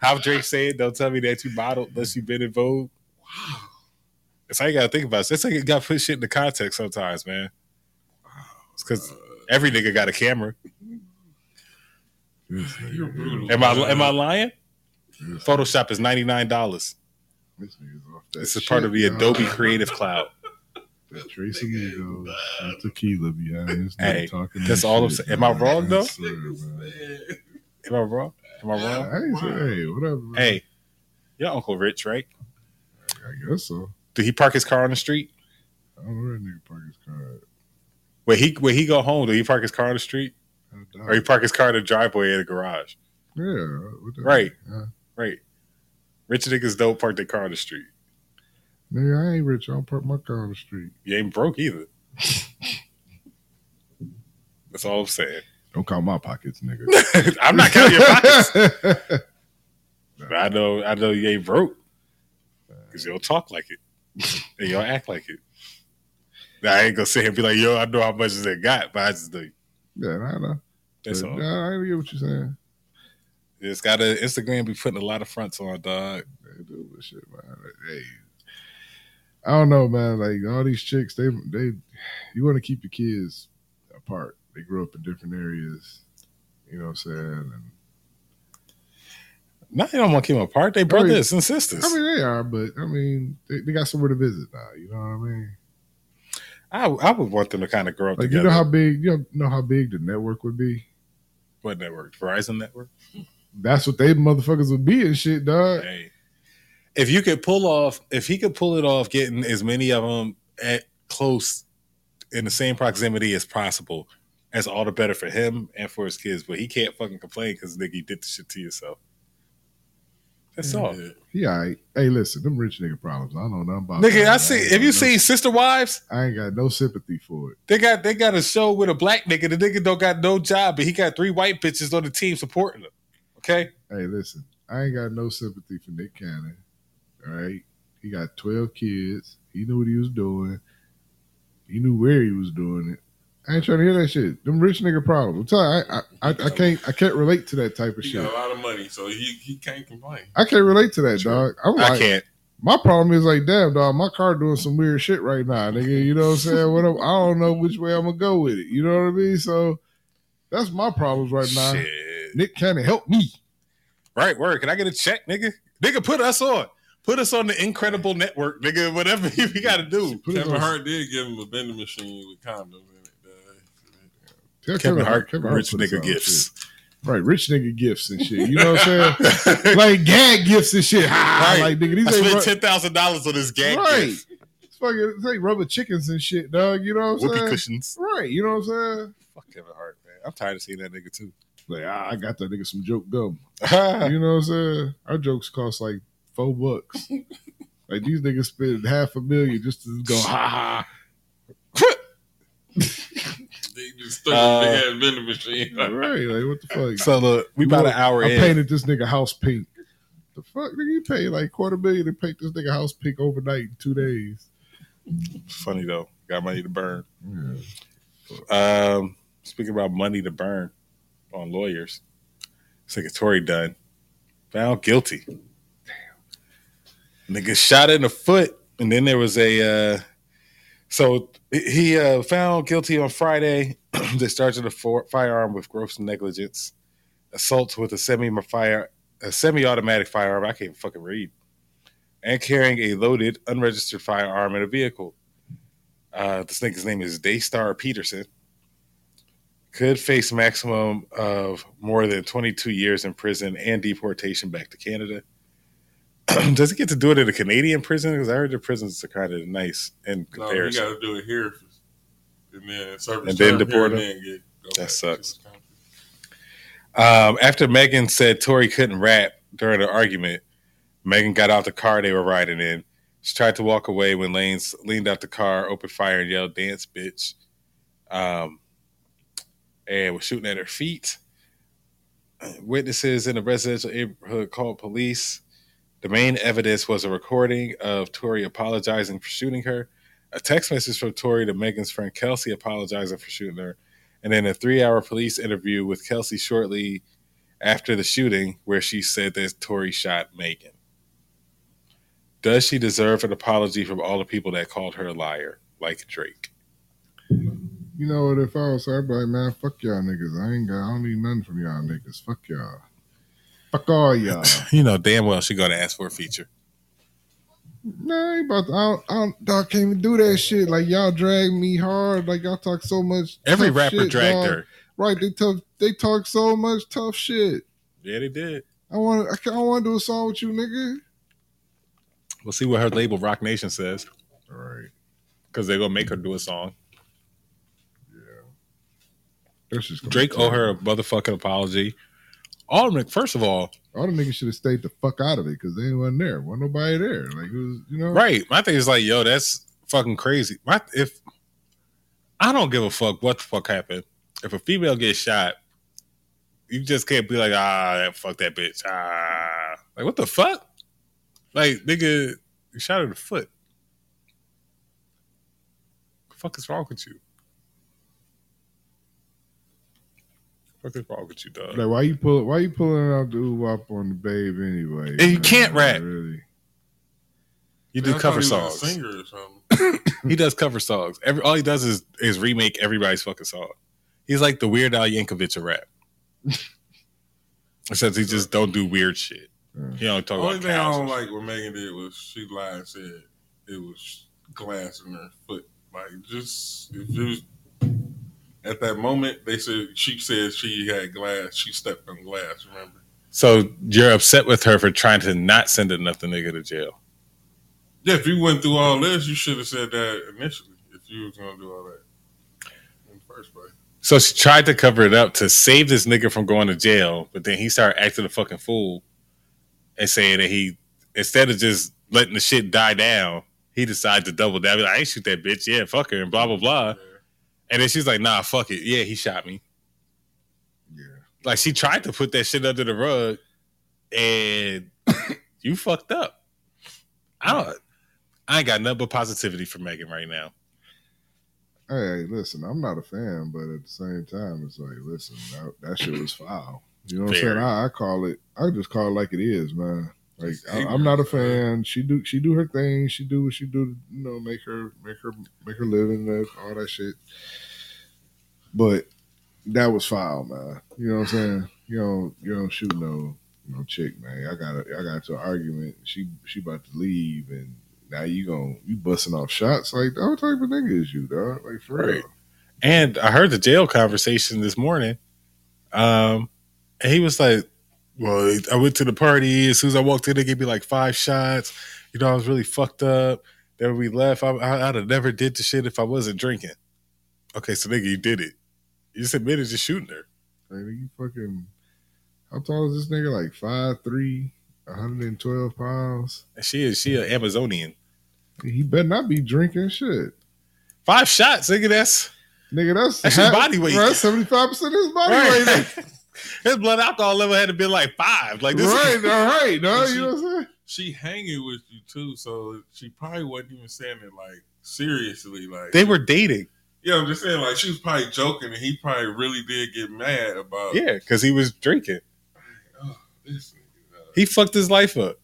How Drake said, don't tell me that you modeled unless you've been in vogue.
Wow.
That's how you gotta think about it. That's how you gotta put shit into context sometimes, man. It's cause
Uh,
every nigga got a camera.
This nigga
You're
here.
brutal.
Am I am I lying?
This-
Photoshop is ninety nine dollars.
This nigga's off that
This is part
shit,
of the
dog.
Adobe Creative Cloud.
That Tracy Ego and tequila behind this nigga
Hey,
talking.
that's
that
all I'm
shit,
saying. Am I
dog.
wrong, though?
swear, man.
Man.
Am I wrong? Am I wrong?
I ain't say, hey, whatever. man.
Hey, your uncle Rich, right?
I guess so.
Did he park his car on the street?
I don't know where that nigga park his car.
When he when he go home, do he park his car on the street,
at. I
or
doubt
he
it.
park his car in the driveway in the garage?
yeah, what the-
Right.
Yeah.
Right. Rich niggas don't park their car on the street.
Nigga, I ain't rich. I don't park my car on the street.
You ain't broke either. That's all I'm saying.
Don't count my pockets, nigga.
I'm not counting your pockets.
pockets.
But I know I know you ain't broke. Cause you don't talk like it. and you don't act like it. Now, I ain't gonna sit here and be like, yo, I know how much they got, but I just do
yeah, nah, nah.
that's
But,
all.
Nah, I get what you're saying.
It's gotta Instagram be putting a lot of fronts on, dog.
They do this shit, man. Like, Hey. I don't know, man. Like all these chicks, they they you want to keep your kids apart. They grow up in different areas. You know what I'm saying? And
Now you don't want to keep them apart. They brothers and sisters.
I mean, they are, but I mean, they, they got somewhere to visit now. You know what I mean?
I, I would want them to kind of grow up
Like
together.
you know how big you know, know how big the network would be.
what network? Verizon network.
That's what they motherfuckers would be and shit, dog.
Hey, if you could pull off, if he could pull it off, getting as many of them at close in the same proximity as possible, that's all the better for him and for his kids. But he can't fucking complain because nigga, you did the shit to yourself. That's
Mm.
all.
He all right. Hey, listen, them rich nigga problems. I don't know nothing about
Nigga,
that.
I see.
ain't
If you
got no-
see Sister Wives,
I ain't got no sympathy for it.
they got they got a show with a black nigga. The nigga don't got no job, but he got three white bitches on the team supporting him. Okay,
Hey, listen, I ain't got no sympathy for Nick Cannon. All right. He got 12 kids. He knew what he was doing. He knew where he was doing it. I ain't trying to hear that shit. Them rich nigga problems. I'm telling you, I, I, I, I can't I can't relate to that type of
He
shit.
got a lot of money, so he, he can't complain.
I can't relate to that, dog. I'm like,
I can't.
my problem is like, damn, dog, my car doing some weird shit right now, nigga. You know what I'm saying? What up? I don't know which way I'm gonna go with it. You know what I mean? So that's my problems right now.
Shit.
Nick Cannon, help me.
Right word. Can I get a check, nigga? Nigga, put us on. Put us on the Incredible Network, nigga. Whatever you got to do.
Put it
Kevin
on-
Hart did give him a vending machine with condoms in it. Dog.
Tell
Kevin Hart, rich
put us
nigga
on
gifts.
shit. Right, rich nigga gifts and shit. You know what I'm saying? like gag gifts and shit. Ha,
Right.
Like nigga,
I
these ain't
spent
ru-
ten thousand dollars on this gag.
right.
gift.
It's fucking it's like rubber chickens and shit, dog. You know what I'm
Whoopee
saying?
cushions.
Right. You know what I'm saying?
Fuck Kevin Hart, man. I'm tired of seeing that nigga too.
Like ah, I got that nigga some joke gum.
right.
You know what I'm saying? Our jokes cost like four bucks. like these niggas spend half a million just to go ha
They just stuck
Uh,
a big ass vending machine.
ha. Right? Like what the fuck?
So look, we about an hour
I
in.
painted this nigga house pink. The fuck, nigga? You pay like quarter million to paint this nigga house pink overnight in two days.
Funny though, got money to burn.
Yeah.
Um, speaking about money to burn on lawyers, it's like a Tory Dunn found guilty. Damn. Nigga shot in the foot, and then there was a. Uh, so he uh, found guilty on Friday. they charged him with a for- firearm with gross negligence, assault with a semi fire a semi-automatic firearm. I can't fucking read, and carrying a loaded, unregistered firearm in a vehicle. Uh, this nigga's name is Daystar Peterson could face maximum of more than 22 years in prison and deportation back to Canada. Does he get to do it in a Canadian prison? Because I heard the prisons are kind of nice in
No, you
comparison.
got to do it here, and then service
And then
term
deport him?
here, and then get- go
That
back to
sucks.
the country.
um, after Megan said Tori couldn't rap during the argument, Megan got out the car they were riding in. She tried to walk away when Lanes leaned out the car, opened fire, and yelled, Dance, bitch. Um, and was shooting at her feet. Witnesses in the residential neighborhood called police. The main evidence was a recording of Tori apologizing for shooting her, a text message from Tori to Megan's friend Kelsey apologizing for shooting her, and then a three hour police interview with Kelsey shortly after the shooting where she said that Tori shot Megan. Does she deserve an apology from all the people that called her a liar, like Drake?
You know what? If I was, I'd be like, man, fuck y'all niggas. I ain't got, I don't need nothing from y'all niggas. Fuck y'all. Fuck all y'all.
You know damn well she gonna ask for a feature.
nah, I ain't about to, I don't, I don't, dog, can't even do that shit. Like y'all drag me hard. Like y'all talk so much.
Every
tough
rapper
shit,
dragged
dog.
her.
Right? They tough. They talk so much tough shit.
Yeah, they did.
I want. I, I want to do a song with you, nigga.
We'll see what her label Rock Nation says
All right.
because they're gonna make her do a song.
That's just gonna
Drake
be
owe
terrible.
her a motherfucking apology. All them- first of all,
All the niggas should have stayed the fuck out of it because they ain't wasn't there. Wasn't nobody there. Like it was, you know.
Right. My thing is like, yo, that's fucking crazy. My if I don't give a fuck what the fuck happened. If a female gets shot, you just can't be like, ah, that fuck that bitch. Ah, like what the fuck? Like nigga, you shot her in the foot. The fuck is wrong with you? The fuck is wrong with you, dog?
Like why you pull? Why you pulling out the ooh wop on the babe anyway?
And you can't rap.
Really.
You do
Man, I thought
cover
he was a
songs.
singer or something.
He does cover songs. Every all he does is is remake everybody's fucking song. He's like the Weird Al Yankovic of rap. Except he just don't do weird shit.
Yeah.
He don't talk
Only
about
thing I
Oh, cows.
don't
and
like what Megan did was she lied and said it was glass in her foot. Like just if it was at that moment they said she said she had glass, she stepped on glass, remember?
shit. So you're upset with her for trying to not send another nigga to jail.
Yeah, if you went through all this, you should have said that initially if you was gonna do all that in the first place.
So she tried to cover it up to save this nigga from going to jail, but then he started acting a fucking fool. and saying that he instead of just letting the shit die down, he decided to double down. Be like, I ain't shoot that bitch. Yeah, fuck her and blah blah blah. And then she's like, Nah, fuck it. Yeah, he shot me.
Yeah.
Like she tried to put that shit under the rug, and you fucked up. I don't. I ain't got nothing but positivity for Megan right now.
Hey, listen, I'm not a fan, but at the same time, it's like, listen, that, that shit was foul. You know what
Very.
I'm saying? I, I call it. I just call it like it is, man. Like
Just
I,
ignorant,
I'm not a
man.
fan. She do she do her thing. She do what she do. To, you know, make her make her make her living, live, all that shit. But that was foul, man. You know what I'm saying? You don't you don't shoot no no chick, man. I got I got into an argument. She she about to leave, and now you gon' you busting off shots like that. What type of nigga is you, dog? Like for
Right.
real.
And I heard the jail conversation this morning. Um, and he was like, Well, I went to the party. As soon as I walked in, they gave me like five shots. You know, I was really fucked up. Then we left. I, I, I'd have never did the shit if I wasn't drinking. Okay, so nigga, you did it. You just admitted to shooting her.
Like, nigga, you fucking. How tall is this nigga? Like five three, 112 pounds.
And she is she an Amazonian.
He better not be drinking shit.
Five shots, nigga, that's
Nigga, that's,
That's his body weight.
Uh-huh. Right, 75% of his body weight.
right. His blood alcohol level had to be like five. Like this
right, all right, dog.
She-
You know what I'm saying?
She hanging with you too, so she probably wasn't even saying it like seriously. Like
they were dating.
yeah, I'm just saying like she was probably joking, and he probably really did get mad about
Yeah, because he was drinking.
Oh, this nigga, uh,
He fucked his life up.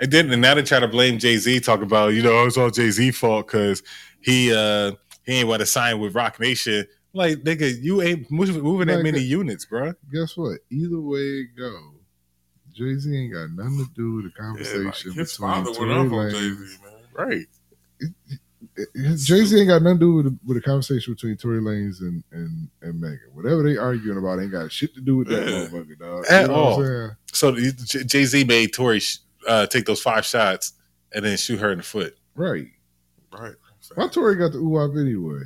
And then and now they try to blame Jay Z, talk about, you know, it's all Jay Z fault because he uh he ain't want to sign with Rock Nation. Like, nigga, you ain't moving, moving that
Like,
many units, bro.
Guess what? Either way it go, Jay Z ain't got nothing to do with the
yeah, like,
conversation
his
between
father went
Tory
off on Jay
Lanez.
Z, man.
Right.
Jay Z ain't got nothing to do with the, with the conversation between Tory Lanez and and and Megan. Whatever they arguing about ain't got shit to do with that
Yeah.
motherfucker, dog.
At all.
saying?
So Jay Z made Tory sh- uh, take those five shots and then shoot her in the foot.
Right.
Right.
Why Tory got the ooh anyway?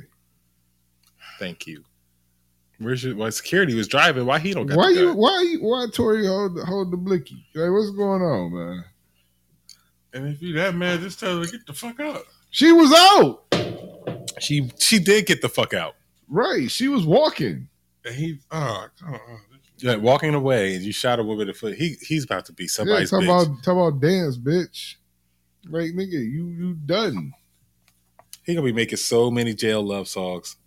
Thank you. Where's your why security was driving? Why he don't got
Why
the gun?
you? Why you? Why Tory hold hold the blicky? Like what's going on, man?
And if you that mad, just tell her to get the fuck up.
She was out.
She she did get the fuck out.
Right. She was walking.
And he, oh, come on.
Yeah, walking away and you shot a woman in the foot. He he's about to be
Yeah,
somebody's
talk
bitch.
about talk about dance, bitch. Like nigga, you you done.
He gonna be making so many jail love songs,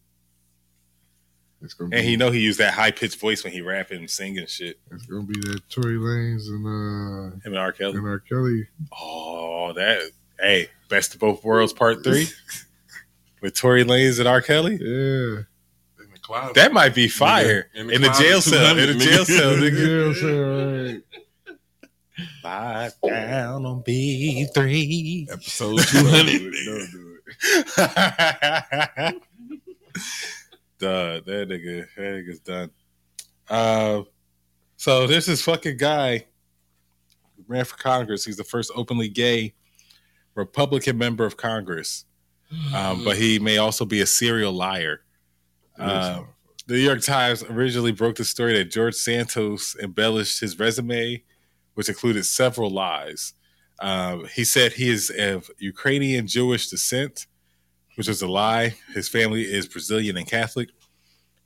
It's gonna be
and he know he used that high pitched voice when he rapping and singing shit.
it's gonna be that Tory Lanez and
Him and R.
uh
Kelly.
and R. Kelly.
Oh, that hey, best of both worlds, part three, with Tory Lanez and R. Kelly.
Yeah.
In the closet.
That might be fire
Nigga,
in the, jail
closet,
cell. In the
200,
jail cell,
You
nigga.
know what I'm saying? Right.
Lie down on B three.
Episode 200.
Don't do it.
nigga.
Don't do it.
Duh, that nigga, that nigga's done. Uh, so there's this fucking guy who ran for Congress. He's the first openly gay Republican member of Congress, um, but he may also be a serial liar. Uh, the New York Times originally broke the story that George Santos embellished his resume, which included several lies. Um, he said he is of Ukrainian Jewish descent, which is a lie. His family is Brazilian and Catholic.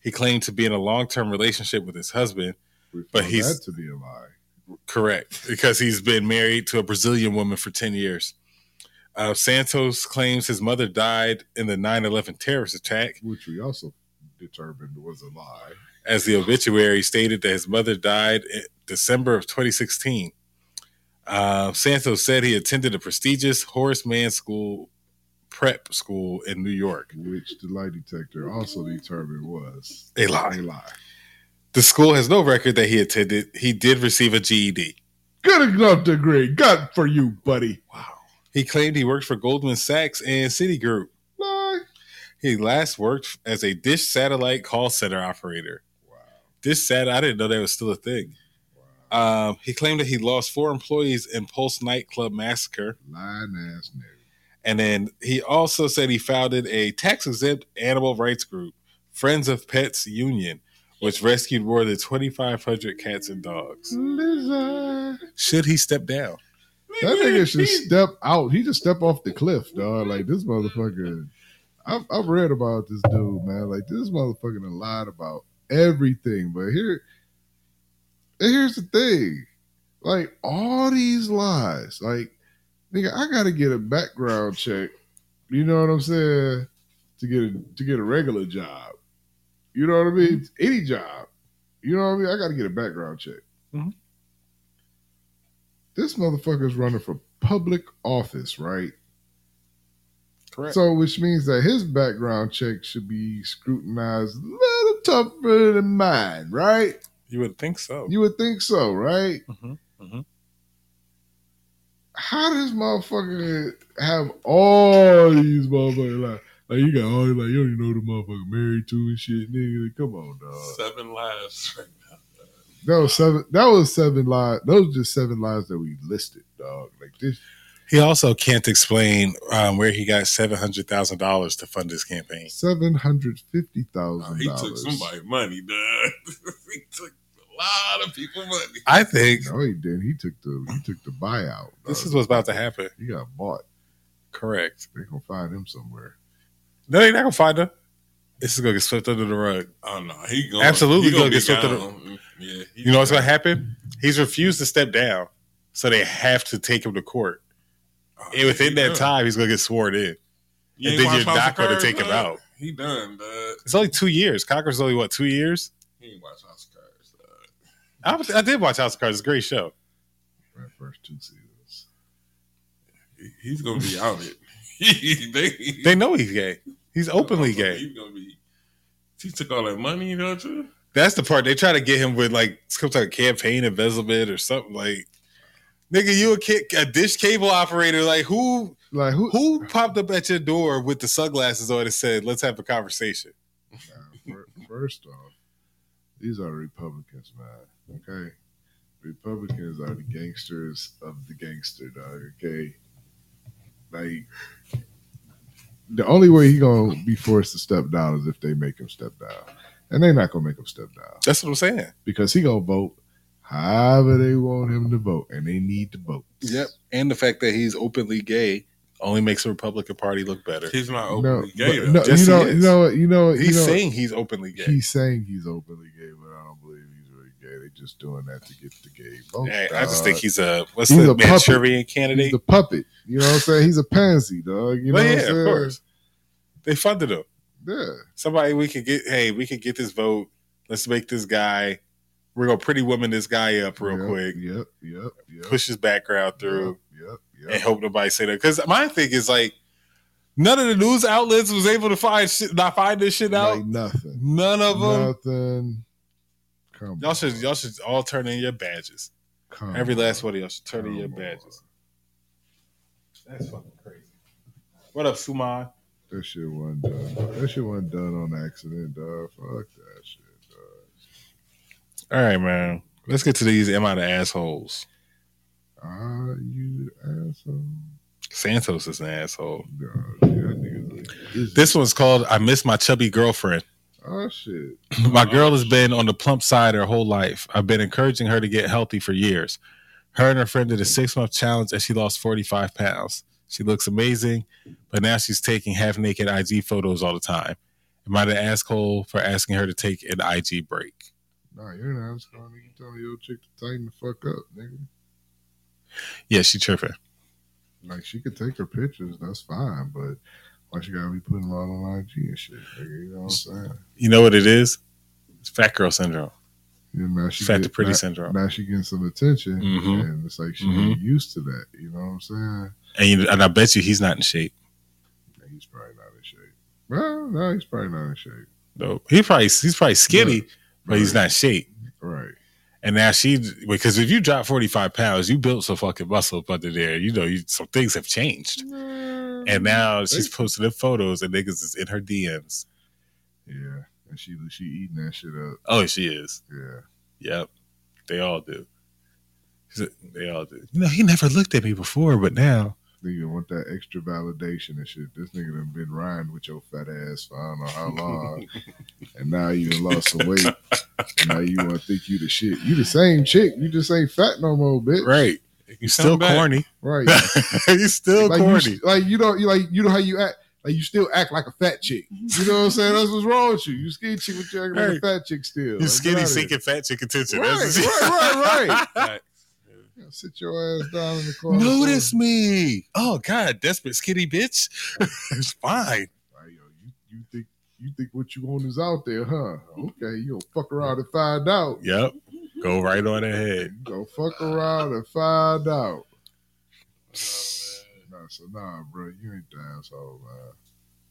He claimed to be in a long term relationship with his husband.
We
but
found
he's-
that to be a lie.
Correct, because he's been married to a Brazilian woman for 10 years. Uh, Santos claims his mother died in the 9 11 terrorist attack.
Which we also determined was a lie.
as the obituary stated that his mother died in December of 2016. Uh, Santos said he attended a prestigious Horace Mann School prep school in New York.
Which the lie detector also determined was
A
a
lie.
lie.
The school has no record that he attended. He did receive a E GED.
Good enough degree. Good for you, buddy.
Wow. He claimed he worked for Goldman Sachs and Citigroup.
Lie.
He last worked as a Dish satellite call center operator.
Wow.
Dish sat I didn't know that was still a thing.
Wow.
Um, he claimed that he lost four employees in Pulse nightclub massacre.
Lying ass nigga.
And then he also said he founded a tax exempt animal rights group, Friends of Pets Union, which rescued more than 2,500 cats and dogs.
Lizard.
Should he step down?
That nigga should step out. He just step off the cliff, dog. Like this motherfucker. I've, I've read about this dude, man. Like this motherfucker done lied about everything. But here, and here's the thing. Like all these lies, like nigga, I gotta get a background check. You know what I'm saying? To get a to get a regular job. You know what I mean? Any job. You know what I mean? I gotta get a background check.
Mhm.
This motherfucker's running for public office, right?
Correct.
So, which means that his background check should be scrutinized a little tougher than mine, right?
you would think so.
You would think so, right?
Mhm, mhm.
How does motherfucker have all these motherfuckers like, like you got all these like you don't even know who the motherfucker married to and shit, nigga. Come on, dog.
Seven lives right now.
That was seven. That was seven lies. Those were just seven lies that we listed, dog. Like this.
He also can't explain um, where he got $700,000 to fund his campaign.
Seven hundred fifty
Nah,
thousand
he took
dollars.
somebody money, dog. he took a lot of people money.
I think
No, Oh, he didn't. He took the he took the buyout.
this
dog.
is what's about to happen.
he got bought.
Correct.
They gonna find him somewhere.
No, they're not gonna find her. This is gonna get swept under the rug.
Oh no, he going
Absolutely
he gonna
gonna
be
get swept
gone. Mm,
up.
Yeah, he-
You know what's gonna happen? He's refused to step down, so they have to take him to court.
Oh,
And within
he
that
done.
time, he's gonna get sworn in, and
You ain't
then your
watch House of
doc gonna
Cards,
take him
dog?
out.
He done, dog.
It's only two years. Cocker's only what two years?
He ain't watch House of Cards. Dog.
I, was- I did watch House of Cards. It's a great show.
for the first two seasons.
He- He's gonna be out it. He- they,
They know he's gay. He's openly gay.
He's gonna be. He took all that money, don't you?
That's the part. They try to get him with like some type of campaign embezzlement or something like. Nigga, you a, kid, a dish cable operator? Like who?
Like who?
Who popped up at your door with the sunglasses on and said, "Let's have a conversation"?
Now, fir- first off, these are Republicans, man. Okay, Republicans are the gangsters of the gangster, dog. Okay, like the only way he gonna be forced to step down is if they make him step down, and they're not gonna make him step down
That's what I'm saying.
because he gonna vote however they want him to vote, and they need to vote.
Yep. And the fact that he's openly gay only makes the Republican Party look better.
He's not
No,
openly gay.
but- no,
though.
Yes,
you
he
know,
is.
you know, what- you know, what- you
He's
know,
saying he's openly gay.
He's saying he's openly gay, but I don't believe he's really gay. They just doing that to get the gay vote.
Hey, I just think
dog.
he's a what's
Oh, He's
the
a puppet.
Manchurian
he's
candidate?
a puppet. You know what I'm saying? He's a pansy, dog. You know
Well,
what
yeah,
I'm saying?
of course. They funded him.
Yeah.
Somebody we could get. Hey, we could get this vote. Let's make this guy. We're gonna pretty woman this guy up real
Yep,
quick.
Yep. Yep. Yep.
Push his background through.
Yep. Yep.
and hope nobody say that. Because my thing is like, none of the news outlets was able to find shit, not find this shit out.
Like nothing.
none of them.
Nothing. Come
Y'all should
on.
y'all should all turn in your badges.
Come
Every last
on.
one of y'all should turn in your
Come on.
badges. That's fucking crazy. What up, Suman?
That shit wasn't done. That shit wasn't done on accident, dog. Fuck that shit, dog.
All right, man. Let's get to these am I the assholes?
Are you asshole?
Santos is an asshole.
Dog, yeah, niggas is-
This one's called I Miss My Chubby Girlfriend.
Oh shit.
My girl has been on the plump side her whole life. I've been encouraging her to get healthy for years. Her and her friend did a six month challenge and she lost 45 pounds. She looks amazing, but now she's taking half naked IG photos all the time. Am I the asshole for asking her to take an IG break?
Nah, you're not just gonna you telling your chick to tighten the fuck up, nigga.
Yeah, she tripping.
Like she could take her pictures, that's fine, but why she gotta be putting a lot on IG and shit, nigga? You know what I'm saying?
You know what it is? It's fat girl syndrome,
You know, now she
fat
get-
to pretty
now,
syndrome.
now she getting some attention,
Mhm.
and it's like she
Mhm.
ain't used to that. You know what I'm saying?
And, you, and I bet you he's not in shape.
And he's probably not in shape. Well, no, he's probably not in shape.
No, he probably he's probably skinny, but he's not in shape.
right.
And now she, because if you drop 45 pounds, you built some fucking muscle up under there. You know, you, some things have changed.
Mm-hmm.
And now she's posting the photos and niggas is in her DMs.
yeah, and she she eating that shit up.
Oh, she is.
Yeah,
Yep. They all do. She said, They all do. You know, he never looked at me before, but now.
nigga want that extra validation and shit. This nigga done been riding with your fat ass for I don't know how long, and now you done lost some weight. now you want to think you the shit. You the same chick. You just ain't fat no more, bitch.
Right. You still
come back.
corny.
Right.
you still
like
corny.
you, s- like you don't, you like you know how you act. Like you still act like a fat chick. You know what I'm saying? That's what's wrong with you. You skinny chick, but you acting like a fat chick still. Like,
you
get
skinny
outta here.
sinking fat chicken tension.
Right,
That's-
right, right,
Right.
Yeah, Sit your ass down in the corner.
Notice me. Oh God, desperate skinny bitch. it's fine.
Like, yo, you, you think you think what you want is out there, huh? Okay, you gonna fuck around and find out.
Yep. Go right on ahead.
You gonna fuck around and find out. Nah, so nah, bro, you ain't the asshole, man.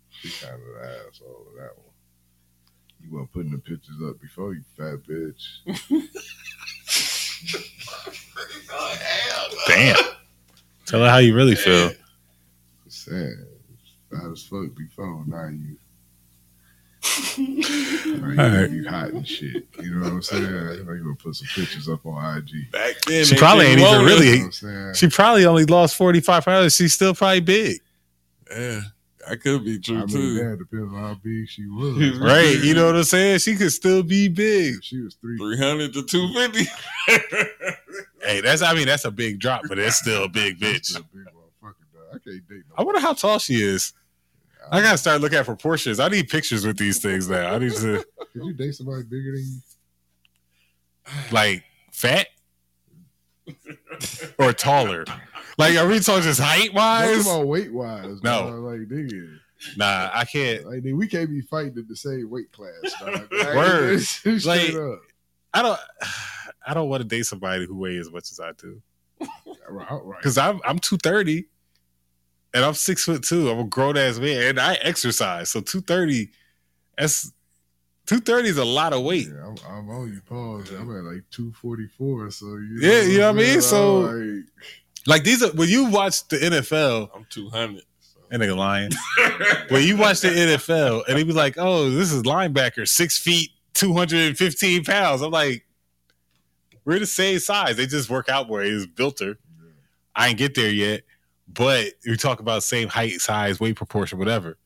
She kind of the asshole in that one. You weren't putting the pictures up before you fat bitch.
Damn. Tell her how you really feel.
It's sad. Fat as fuck before. Now you. now you,
Alright.
you hot and shit. You know what I'm saying? You know you gonna put some pictures up on IG. You
Back then,
She
they
probably
didn't
ain't even
want us.
really-
know what I'm saying?
She probably only lost forty five pounds. She's still probably big.
Yeah, that could be true
I mean,
too.
that depends on how big she was.
Right. You know what I'm saying? She could still be big.
If she was three.
Three hundred to two fifty.
Hey, that's I mean, that's a big drop, but it's still a big
that's
bitch.
a big motherfucker, dog. I can't date no.
I wonder how tall she is. I gotta start looking at proportions. I need pictures with these things now. I need to
Could you date somebody bigger than you?
like fat or taller. Like, are we talking just height
Talk
wise?
about weight wise.
No.
like nigga,
Nah, I can't.
like nigga, we can't be fighting in the same weight class. Dog. Like,
Word.
straight
Like-
up.
I don't. I don't want to date somebody who weighs as much as I do
Right, right.
because I'm I'm two thirty, and I'm six foot two. I'm a grown ass man, and I exercise. So two thirty, that's two thirty is a lot of weight.
Yeah, I'm, I'm on you. Pause. I'm at like 244. So you
Yeah, you know what I mean?
I'm
So-
like,
Like these are when you watch the NFL.
I'm two hundred.
And nigga lying. when you watch the NFL and they be like, "Oh, this is linebacker, six feet, two hundred and fifteen pounds." I'm like, we're the same size. They just work out more. It's built her.
yeah.
I ain't get there yet, but we talk about same height, size, weight proportion, whatever.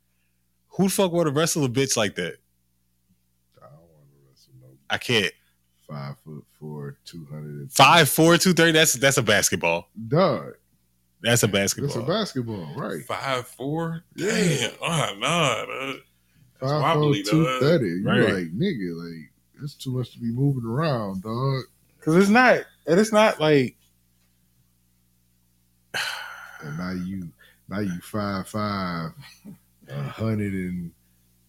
Who the fuck want to wrestle a bitch like that?
I don't want to wrestle no
I can't.
five foot four, 200.
Five four two thirty. That's that's a basketball.
Dog,
That's a
it's a
basketball.
basketball, right?
Five four.
Yeah.
Damn. Oh no. That's
Five
wobbly,
foot
dog.
two thirty. You
Right.
like nigga, like it's too much to be moving around, dog.
Because it's not. And it's not like
And now you, now you five five, a hundred and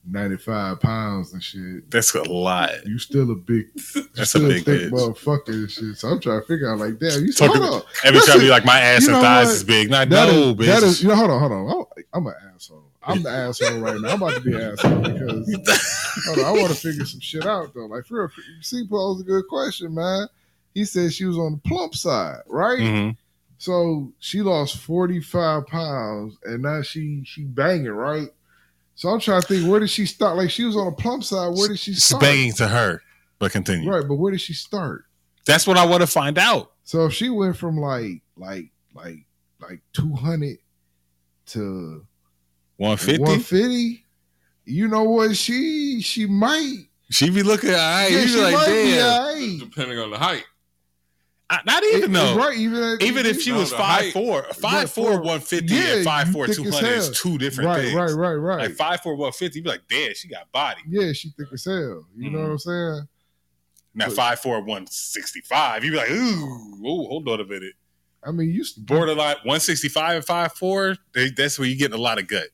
ninety five pounds and shit.
that's a lot.
You still a big, you
That's a
still
big
thick
bitch.
motherfucker and shit. So I'm trying to figure out like, damn, you
Talking-
hold on.
Every time
Listen,
you like my ass
you
and
know
thighs
what?
is big. Not
That is-
no bitch.
that is, you know, hold on, hold on. I'm, I'm an asshole. I'm the asshole right now. I'm about to be an asshole because hold on, I want to figure some shit out though. Like for real, C posed a good question, man. He said she was on the plump side, right?
Mhm.
So she lost 45 pounds and now she she banging, right? So I'm trying to think where did she start? Like she was on the plump side, where did she
It's
start?
banging to her. But continue.
Right, but where did she start?
That's what I want to find out.
So if she went from like like like like 200 to
One fifty.
150, you know what? She she might,
She be looking. All right.
yeah,
you be
she
like,
might be
damn.
all right.
Depending on the height.
I- not
It-
even though.
right, even at-
Even if she
No,
was
the
five
height-
four, five four one fifty
Yeah,
and five
you
four
thick as
two hundred is
hell.
two different
right,
things.
right, right, right,
Like five four one fifty, you be like, damn, she got body.
Yeah, she thick as hell. You know
Mhm.
what I'm saying?
Now
But-
five four one sixty five, you be like, ooh, whoa, hold on a minute.
I mean, you s-
Borderline one sixty five and five four, that's where you getting a lot of gut.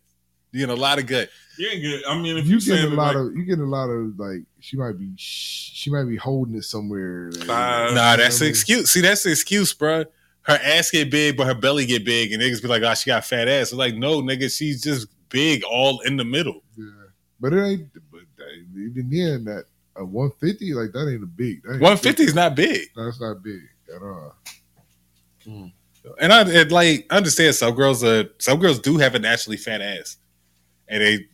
You getting a lot of gut.
You ain't good. I mean, if
you
you
get
saying
a lot
like,
of you get a lot of like she might be she might be holding it somewhere. like-
Five.
Nah, that's
I
the
mean-
excuse. See, that's the excuse, bruh. Her ass get big, but her belly get big, and niggas be like, oh, she got fat ass. I'm like, no, nigga, she's just big all in the middle.
Yeah. But it ain't. But that- even then, that a one fifty like that ain't a big. that ain't
One fifty is not big.
big. That's not big at all.
And I and like I understand some girls uh some girls do have a naturally fat ass. And they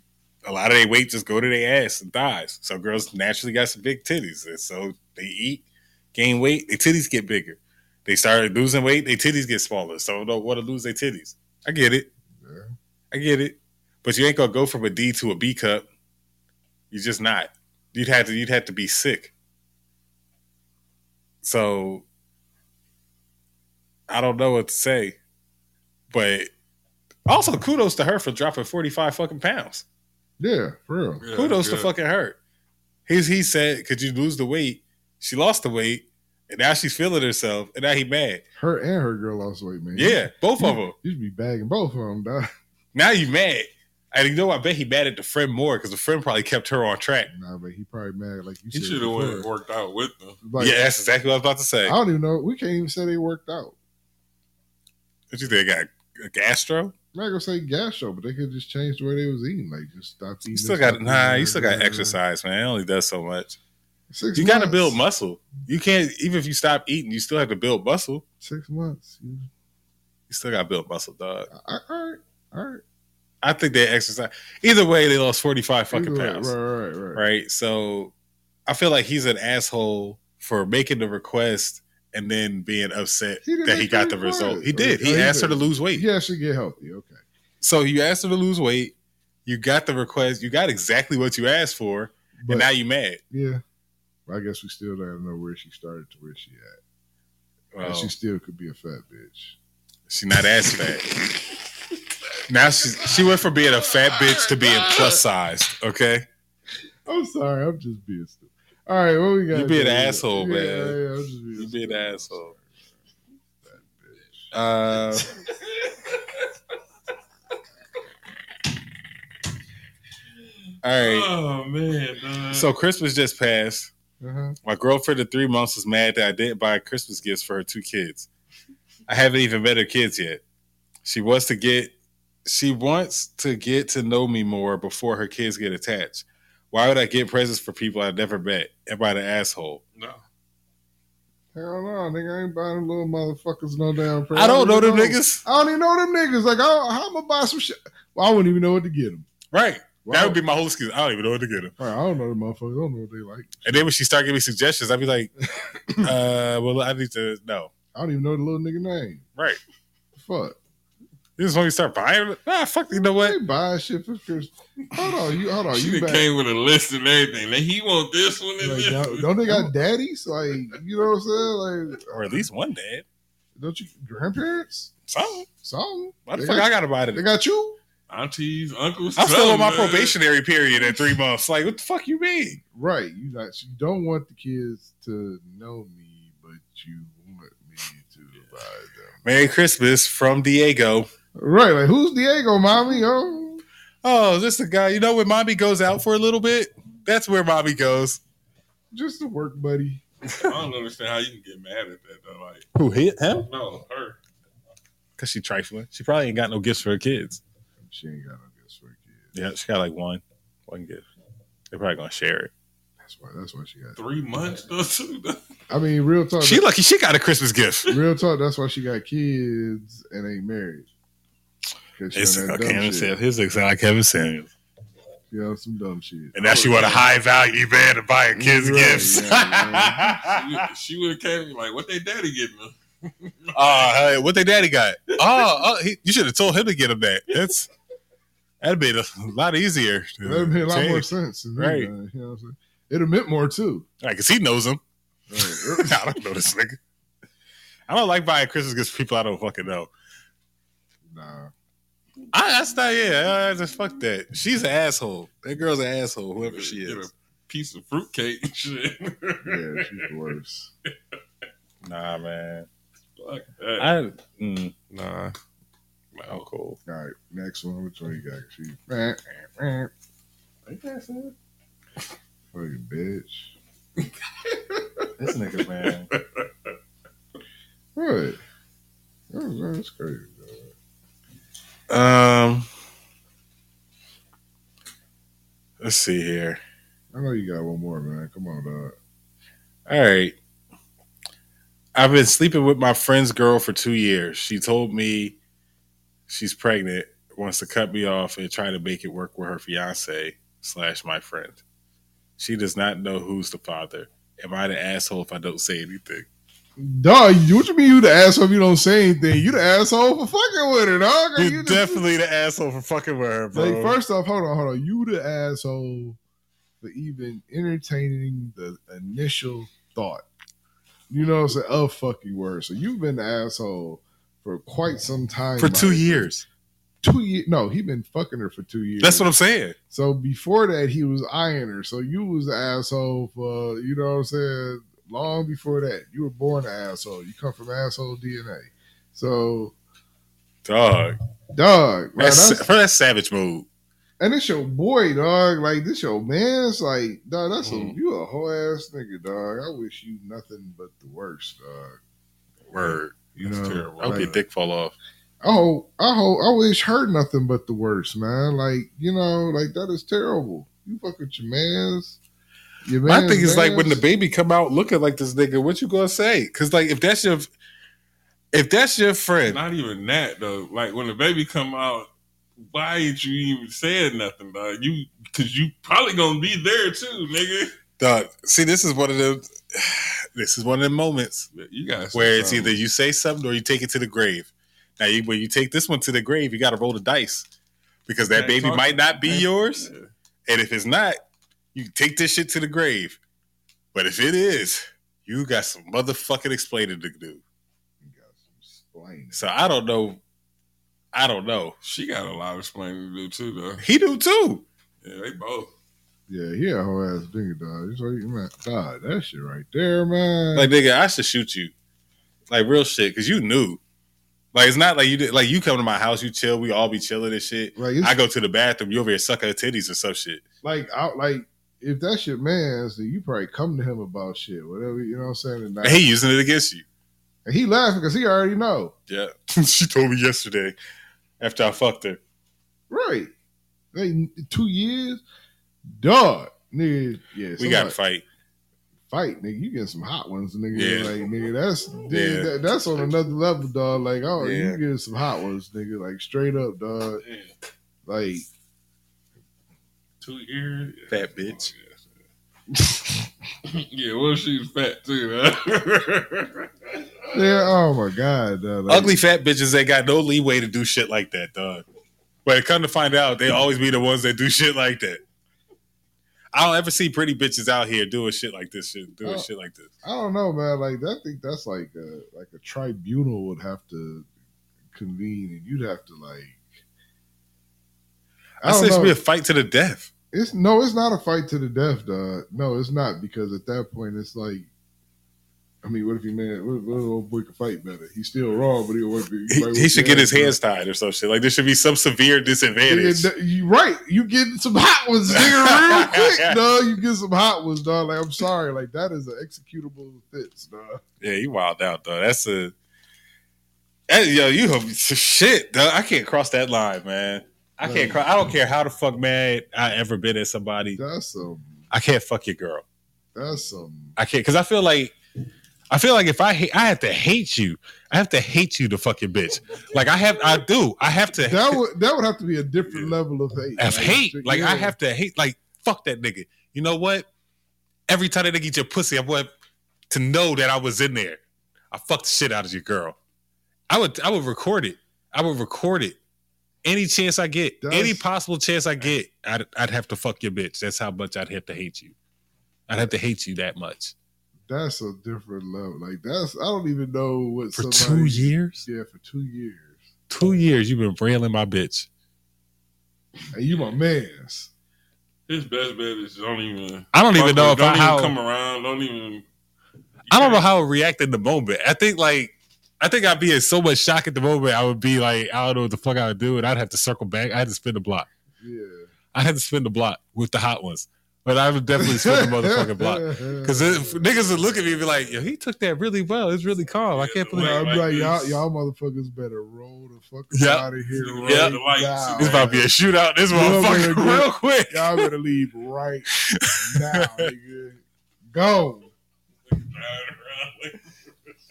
a lot of their weight just go to their ass and thighs. Some girls naturally got some big titties. And so they eat, gain weight, their titties get bigger. They start losing weight, their titties get smaller. Some don't want to lose their titties. I get it.
Yeah.
I get it. But you ain't gonna go from a D to a B cup. You're just not. You'd have to you'd have to be sick. So I don't know what to say, but also kudos to her for dropping forty five fucking pounds.
Yeah, for real.
Yeah,
kudos
good.
to fucking her. He's he said, "Could you lose the weight?" She lost the weight, and now she's feeling herself, and now he mad.
Her and her girl lost weight, man.
Yeah, both of them.
You should be bagging both of them, dog.
Now you mad. And you know, I bet he mad at the friend more because the friend probably kept her on track.
Nah, but he probably mad like you
He
said.
should have
before.
went worked out with them.
Like,
yeah, that's exactly what I was about to say.
I don't even know. We can't even say they worked out.
What you think? I got a gastro?
I'm not gonna say gas show, but they could just change the way they was eating. Like just stop eating.
You
this,
still got
stop
nah.
eating
You
that,
still got
blah,
exercise, man. It only does so much.
blah. Six
You got to
months.
build muscle. You can't even if you stop eating, you still have to build muscle.
Six months. You-
You still got to build muscle, dog.
All right, all right.
I think they exercise. Either way, they lost forty five fucking
Either way,
pounds.
Right, right, right, right.
right? So I feel like he's an asshole for making the request and then being upset
He didn't
that he
make
got
the
the result.
request.
He did.
Oh,
He
he
asked her
did.
to lose weight.
You actually get healthy. Okay.
So you asked her to lose weight. You got the request. You got exactly what you asked for,
But
and now you mad.
yeah, I guess we still don't know where she started to where she at.
Well,
And she
she's
still could be a fat bitch.
not as fat. now she's she went from being a fat bitch to being plus sized. Okay,
I'm sorry. I'm just being stupid. All right, what we got?
You be an
here?
asshole,
yeah,
man.
Yeah, I'm just being
you be an
stupid.
asshole.
Fat bitch.
Uh, all right.
Oh man, dog.
So Christmas just passed.
Uh-huh.
My girlfriend of three months is mad that I didn't buy Christmas gifts for her two kids. I haven't even met her kids yet. She wants to get she wants to get to know me more before her kids get attached. Why would I get presents for people I've never met? Am I the asshole?
no.
Hell no, nigga. I ain't buying them little motherfuckers no damn present.
I don't know them
even
niggas.
I don't even know them niggas. Like, I don't, how am I buy some shit? Well, I wouldn't even know what to get them.
Right. That would be my whole excuse. I don't even know what to get her.
I don't know the motherfuckers. I don't know what they like.
And then when she started giving me suggestions, I'd be like, uh, well, I need to know.
I don't even know the little nigga name.
Right.
Fuck.
This is when we start buying. it? Nah, fuck, you know
I
what?
ain't buying shit for Christmas. Hold on, you hold on,
she
oh, you
done
back.
came with a list and everything. Like, he want this one and
Like,
this
don't,
one.
don't they got daddies? Like, you know what I'm saying? Like,
Or at least one dad.
don't you grandparents?
Something.
Something.
Why the
They
fuck
got-
I gotta buy it?
They got you
Aunties, uncles.
I'm still
something,
on my
man.
probationary period at three months. Like, what the fuck you mean?
right. You not. You don't want the kids to know me, but you want me to buy them.
Merry Christmas from Diego.
Right. Like, who's Diego, mommy? Oh,
Oh, this the guy. You know when mommy goes out for a little bit, that's where mommy goes.
just a work buddy.
I don't understand how you can get mad at that though. Like,
Who hit him?
no, her.
Cause she trifling. She probably ain't got no gifts for her kids.
She ain't got no gifts for kids.
Yeah, she got like one, one gift. They're probably gonna share it.
That's why. That's why she got.
Three months though too. though.
I mean, real talk.
She lucky she got a Christmas gift.
real talk. That's why she got kids and ain't married. 'Cause she
It's
on
uh,
that dumb
Kevin
shit.
Samuels. His ex like Kevin Samuels,
She on some dumb shit.
and now she want a high value man to buy her kids
Oh, Right,
gifts.
yeah,
She would have came like, what they daddy getting her?
Uh, hey, what they daddy got? Oh, oh, he, you should have told him to get him that. That's that'd be a lot easier. to
That'd make a lot more
change.
sense. to me,
Right.
man. You know what I'm saying? It'd have meant more too.
Like, cause he knows him.
Right.
I don't know this nigga. I don't like buying Christmas gifts for people I don't fucking know.
nah.
I, that's not yeah. I just fuck that. She's an asshole. That girl's an asshole. Whoever she
Get a
is.
piece of fruitcake and shit.
Yeah, she's the worst.
Nah, man.
Fuck that.
I mm, nah. I'm
no.
cool.
All right, next one. Which one you got? She fucking
Ain't that sad?
bitch.
This nigga, man.
What? That- That's crazy. Bro.
Um. Let's see here.
I know you got one more, man. Come on, dog.
All right. I've been sleeping with my friend's girl for two years. She told me she's pregnant, wants to cut me off, and try to make it work with her fiance slash my friend. She does not know who's the father. Am I the asshole if I don't say anything?
Dog, you- what you mean you the asshole if you don't say anything? You the asshole for fucking with her, dog. Are
You're
you the-
definitely the asshole for fucking with her, bro.
Like, first off, hold on, hold on. You the asshole for even entertaining the initial thought. You know what I'm saying? A fucking word. So you've been the asshole for quite some time.
for two
like,
years.
Two years. No, he been fucking her for two years.
That's what I'm saying.
So before that, he was eyeing her. So you was the asshole for, you know what I'm saying? Long before that, you were born an asshole. You come from asshole DNA. So,
Dog.
dog, man,
That's,
that's,
for that savage move.
and it's your boy, dog. Like this, your man's like, dog. That's
Mhm.
Mm-hmm.
a you a whole ass nigga, dog. I wish you nothing but the worst, dog.
Word.
You
That's
know,
terrible.
I hope your
Like,
dick fall off.
I hope, I hope, I wish her nothing but the worst, man. Like you know, like that is terrible. You fuck with your man's. Your
My
man's
thing is like when the
man's-
baby come out looking like this nigga, what you gonna say? Cause like if that's your if that's your friend,
Not even that though. Like when the baby come out, why ain't you even saying nothing, dog? You because you probably gonna be there too, nigga.
dog, see this is one of the this is one of the moments
You got
where it's either you say something or you take it to the grave. Now you when you take this one to the grave, you gotta roll the dice. Because that
Can't
baby
talk-
might not be
can't-
yours. And if it's not, you take this shit to the grave. But if it is, you got some motherfucking explaining to do.
You got some explaining.
So I don't know. I don't know.
She got a lot of explaining to do too, though.
He do too.
Yeah, they both.
Yeah, he a whole ass nigga, dog. He's like, man, dog, that shit right there, man.
Like nigga, I should shoot you. Like real shit, cause you knew. Like it's not like you did. Like you come to my house, you chill. We all be chilling and shit.
like it's
I go to the bathroom. You over here sucking her titties or some shit.
like out like if that's your man's, then you probably come to him about shit, whatever you know what I'm saying. And,
And he using it against you.
and he laughing because he already know,
Yeah. she told me yesterday after I fucked her.
right? Like two years, dog, nigga. Yeah,
We
somebody-
got to fight.
fight, nigga. You getting some hot ones, nigga.
Yeah.
Like nigga, that's dude,
Yeah.
that, that's on another level, dog. Like oh,
Yeah.
you getting some hot ones, nigga. Like straight up, dog.
Yeah.
Like
Two years.
Fat bitch.
yeah, well, she's fat too. Though.
yeah, oh my god, dog. Like,
Ugly fat bitches that got no leeway to do shit like that, dog. But come to find out, they always be the ones that do shit like that. I don't ever see pretty bitches out here doing shit like this, shit doing
Oh.
shit like this.
I don't know, man. Like I think that's like a like a tribunal would have to convene, and you'd have to like. I
I,
don't
said it should
know.
be a fight to the death.
it's no, it's not a fight to the death, dog. No, it's not because at that point it's like, I mean, what if he man, what if what if old boy could fight better? He's still wrong, but he'll work. fight
He, he
with
should
the
get his
hands,
hands tied or some shit. Like there should be some severe disadvantage.
Nigga, You right. You get some hot ones, nigga, real quick, dog. You get some hot ones, dog. Like I'm sorry, like that is an executable offense, dog.
Yeah, you wild out though. That's a that, yo. You have shit. Dog. I can't cross that line, man. I can't. Cross, I don't care how the fuck mad I ever been at somebody.
That's some.
I can't fuck your girl.
That's some.
I can't because I feel like I feel like if I hate, I have to hate you. I have to hate you, the fucking bitch. Like I have, I do. I have to
that would that would have to be a different
Yeah.
level of hate.
have hate. Like I
yeah.
have to hate. Like fuck that nigga. You know what? Every time that nigga eat your pussy, I want to know that I was in there. I fucked the shit out of your girl. I would. I would record it. I would record it. Any chance I get,
That's-
any possible chance I get, I'd, I'd have to fuck your bitch. That's how much I'd have to hate you. I'd have to hate you that much
That's a different level. Like that's I don't even know what
for two
somebody-
years.
Yeah, for two years,
two years you've been railing my bitch.
and you my man's.
His best bet is don't even.
I don't even know if
don't
I
even
how
come around. Don't even.
I don't know how I would react in the moment. I think like I think I'd be in so much shock at the moment. I would be like, I don't know what the fuck I would do, and I'd have to circle back. I had to spin the block.
Yeah,
I had to spin the block with the hot ones, but I would definitely spin the motherfucking block because niggas would look at me and be like, Yo, he took that really well. It's really calm. I can't believe.
Yeah,
I'm
like
like, y'all,
this.
y'all motherfuckers better roll the fuck
Yep.
out of here.
Yep.
Right
Yeah, the lights.
now.
This about to be a shootout. This
Yeah,
motherfucker,
man,
real quick.
y'all better leave right now, nigga. Go.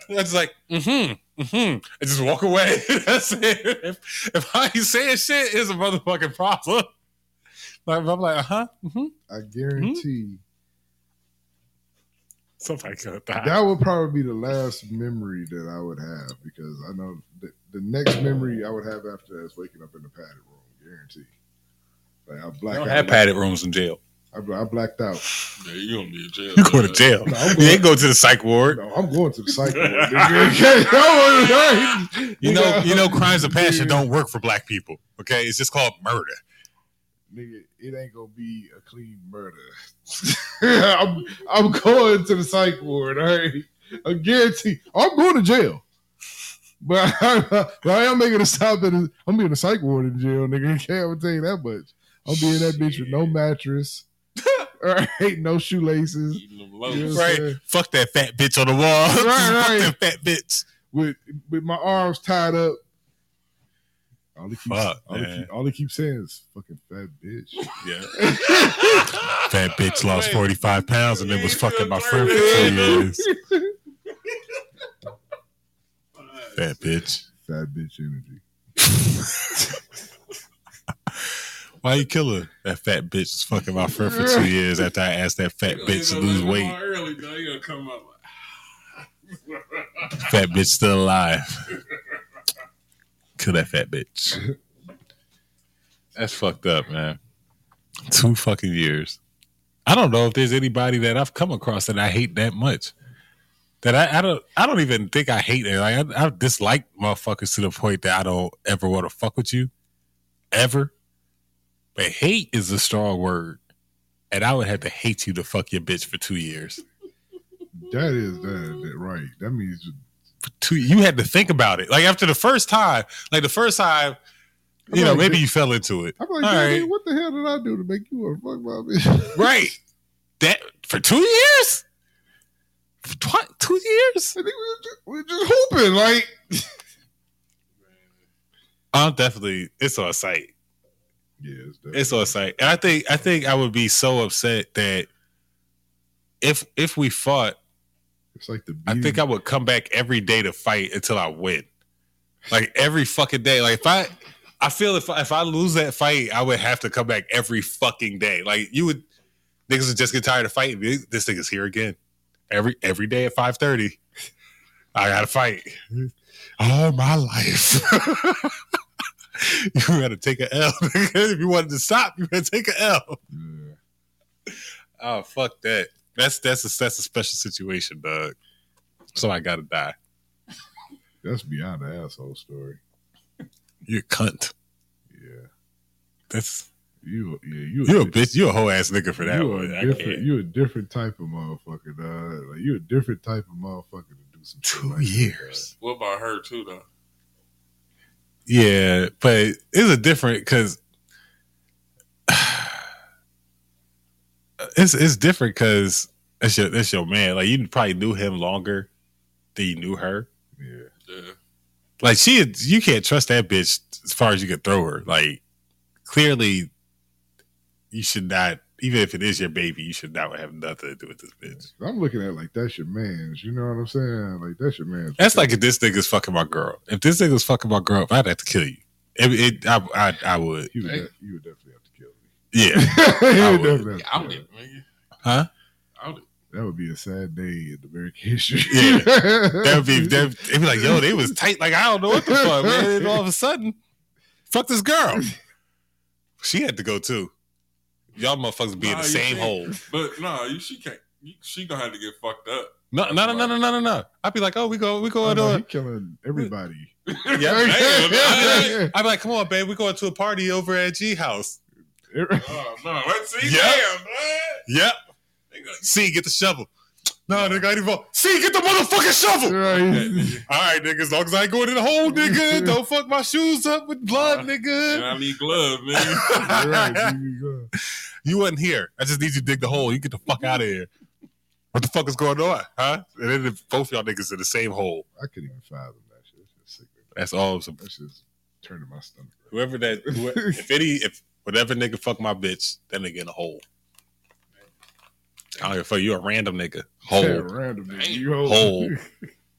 I was like, mm-hmm, mm-hmm. I just walk away. That's it. If, if I ain't saying shit, it's a motherfucking problem. Like, if I'm like, uh-huh, mm-hmm.
I guarantee.
Somebody gonna die.
that would probably be the last memory that I would have because I know the, the next memory I would have after that is waking up in the padded room, guarantee. Like I black
I
out.
don't have padded rooms in jail.
I, bl- I blacked out.
Yeah, you gonna be in jail.
You going to
uh,
jail?
No, I'm
You
going-
ain't go to the psych ward.
No, I'm going to the psych ward. nigga. That was right.
You know, you know, crimes of passion
Nigga.
don't work for black people. Okay, it's just called murder.
nigga, it ain't gonna be a clean murder. I'm, I'm going to the psych ward. All right, I guarantee. I'm going to jail, but I, but I am making a stop at. A, I'm being a psych ward in jail, nigga. Can't tell you that much. I'm being that bitch with no mattress. All right, no shoelaces.
eating them
You
loaves.
know what I'm
Right.
saying?
Fuck that fat bitch on the wall.
right.
Fuck that fat bitch.
With with my arms tied up. All he keeps,
Fuck,
all, he
man.
keep, all he keeps saying is "fucking fat bitch."
Yeah. Fat bitch lost
Wait.
45 pounds and then was fucking my friend for
Yeah.
two years. Fat bitch.
Fat bitch energy.
Why you kill her? That fat bitch was fucking my friend for two years after I asked that fat bitch to lose weight.
Early, though. You gonna come up.
Fat bitch still alive. Kill that fat bitch. That's fucked up, man. Two fucking years. I don't know if there's anybody that I've come across that I hate that much. That I, I don't I don't even think I hate it. Like I, I dislike motherfuckers to the point that I don't ever want to fuck with you. Ever. But hate is a strong word. And I would have to hate you to fuck your bitch for two years.
That is that, that right. That means
to you had to think about it. Like after the first time, like the first time, you know, maybe you fell into it.
I'm like,
All
"Daddy,
right.
what the hell did I do to make you want to fuck my bitch?
Right. That for two years? For twi- two years?
I think we were just, we were just hooping, like
I'm definitely it's on site.
yeah, it's that.
It's on site. And I think I think I would be so upset that if if we fought,
It's like the
I
beating.
think I would come back every day to fight until I win. Like every fucking day. Like if I, I feel if I, if I lose that fight, I would have to come back every fucking day. Like you would, niggas would just get tired of fighting. This this nigga's here again. Every every day at five thirty, I gotta fight. All my life. you gotta take a L. if you wanted to stop, you gotta take a L.
yeah.
Oh fuck that. That's that's a that's a special situation, dog. So I gotta die.
that's beyond the asshole story.
You're a cunt.
Yeah,
That's
you, yeah, you,
you a bitch. You a whole ass nigga for that
you
one.
A
I
different,
can't.
you a different type of motherfucker, dog. Like you a different type of motherfucker to do some shit
Two
like that,
years.
What about her too, though?
Yeah, but it's a different because it's it's different because that's your that's your man. Like you probably knew him longer than you knew her.
dog. Yeah,
Yeah.
Like she, you can't trust that bitch as far as you can throw her. Like clearly, you should not. Even if it is your baby, you should not have nothing to do with this bitch.
I'm looking at it like that's your man's. You know what I'm saying? Like that's your man's.
That's like if this nigga's fucking my girl. If this nigga's fucking my girl, I'd have to kill you. It, it, I, I, I would.
you would, de- you would definitely have to kill me.
Yeah.
You
I
would
would.
definitely have to
Out
kill me.
it, nigga.
Huh?
Out it.
That would be a sad day in American history.
Yeah. That would be, that, they'd be like, yo, they was tight. Like, I don't know what the fuck, man. And all of a sudden, fuck this girl. She had to go too. Y'all motherfuckers be in
Nah,
the
you
same hole.
can't. But no, you she can't. You, she gonna have to get fucked up.
No, no, no, no, no, no, no, no. I'd be like, oh, we go, we
Oh,
going
Uh-huh.
no, he
on.
killing everybody.
Yeah.
Damn,
I'd be like, come on, babe, we going to a party over at G House.
Oh no, let's see.
Yeah.
Damn, blood.
Yep.
They gonna-
See, get the shovel. No, they got involved. See, get the motherfucking shovel.
that
Right.
nigga.
All right, nigga. As long as I ain't going in the hole, nigga. Don't fuck my shoes up with blood,
And
nigga.
I need gloves, man.
right. here you go.
You wasn't here. I just need you to dig the hole. You get the fuck out of here. What the fuck is going on, huh? And then if both y'all niggas in the same hole.
I couldn't even fathom that shit. That's just sick.
That's all. I'm-
That's just turning my stomach.
Whoever that, whoe- if any, if whatever nigga fuck my bitch, that nigga in a hole. I don't give a fuck. You a random nigga.
Yeah,
Hole,
random. nigga. You hold.
hole,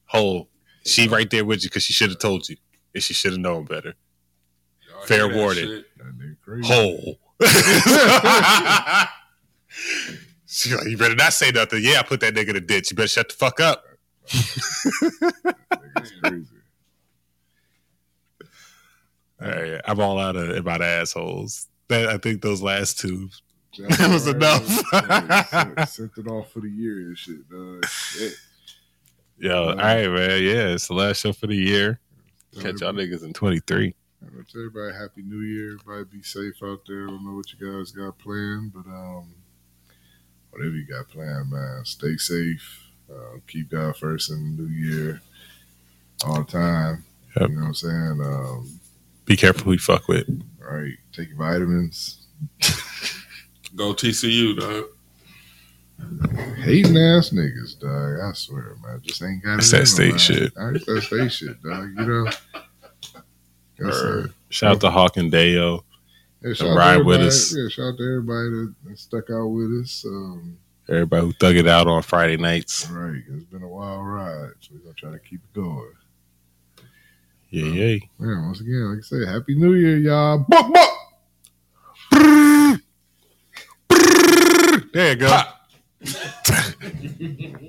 hole. She right there with you because she should have told you, and she should have known better.
Y'all
Fair
hear that
warning.
shit?
That nigga crazy.
hole. She like, you better not say nothing. Yeah, I put that nigga in the ditch. You better shut the fuck up.
Nigga's crazy.
All right, I'm all out of about assholes. That, I think those last two That was enough.
Yeah, Sent it off for the year and shit, dog. Shit.
Yo, all right, man. Yeah, it's the last show for the year. Catch y'all niggas in 23.
All right, to everybody, happy new year. Everybody be safe out there. I don't know what you guys got planned, but um, whatever you got planned, man, stay safe. Uh, keep God first in the new year all the time.
Yep.
You know what I'm saying? Um,
Be careful who you fuck with.
all right, take your vitamins.
Go TCU, dog.
Hating ass niggas, dog. I swear, man. Just ain't got
That's
it. in
that
them,
state
man.
shit.
That's that state shit, dog. You know? That's
Err.
it.
Shout out to Hawk and Dayo.
Yeah, shout out to
ride with
everybody-
us.
Yeah, shout out to everybody that, that stuck out with us. Um,
Everybody who thug it out on Friday nights.
right, it's been a wild ride, so we're gonna try to keep it going.
Yeah, yeah.
Man, once again, like I said, Happy New Year, y'all. Buck, buck.
There you go.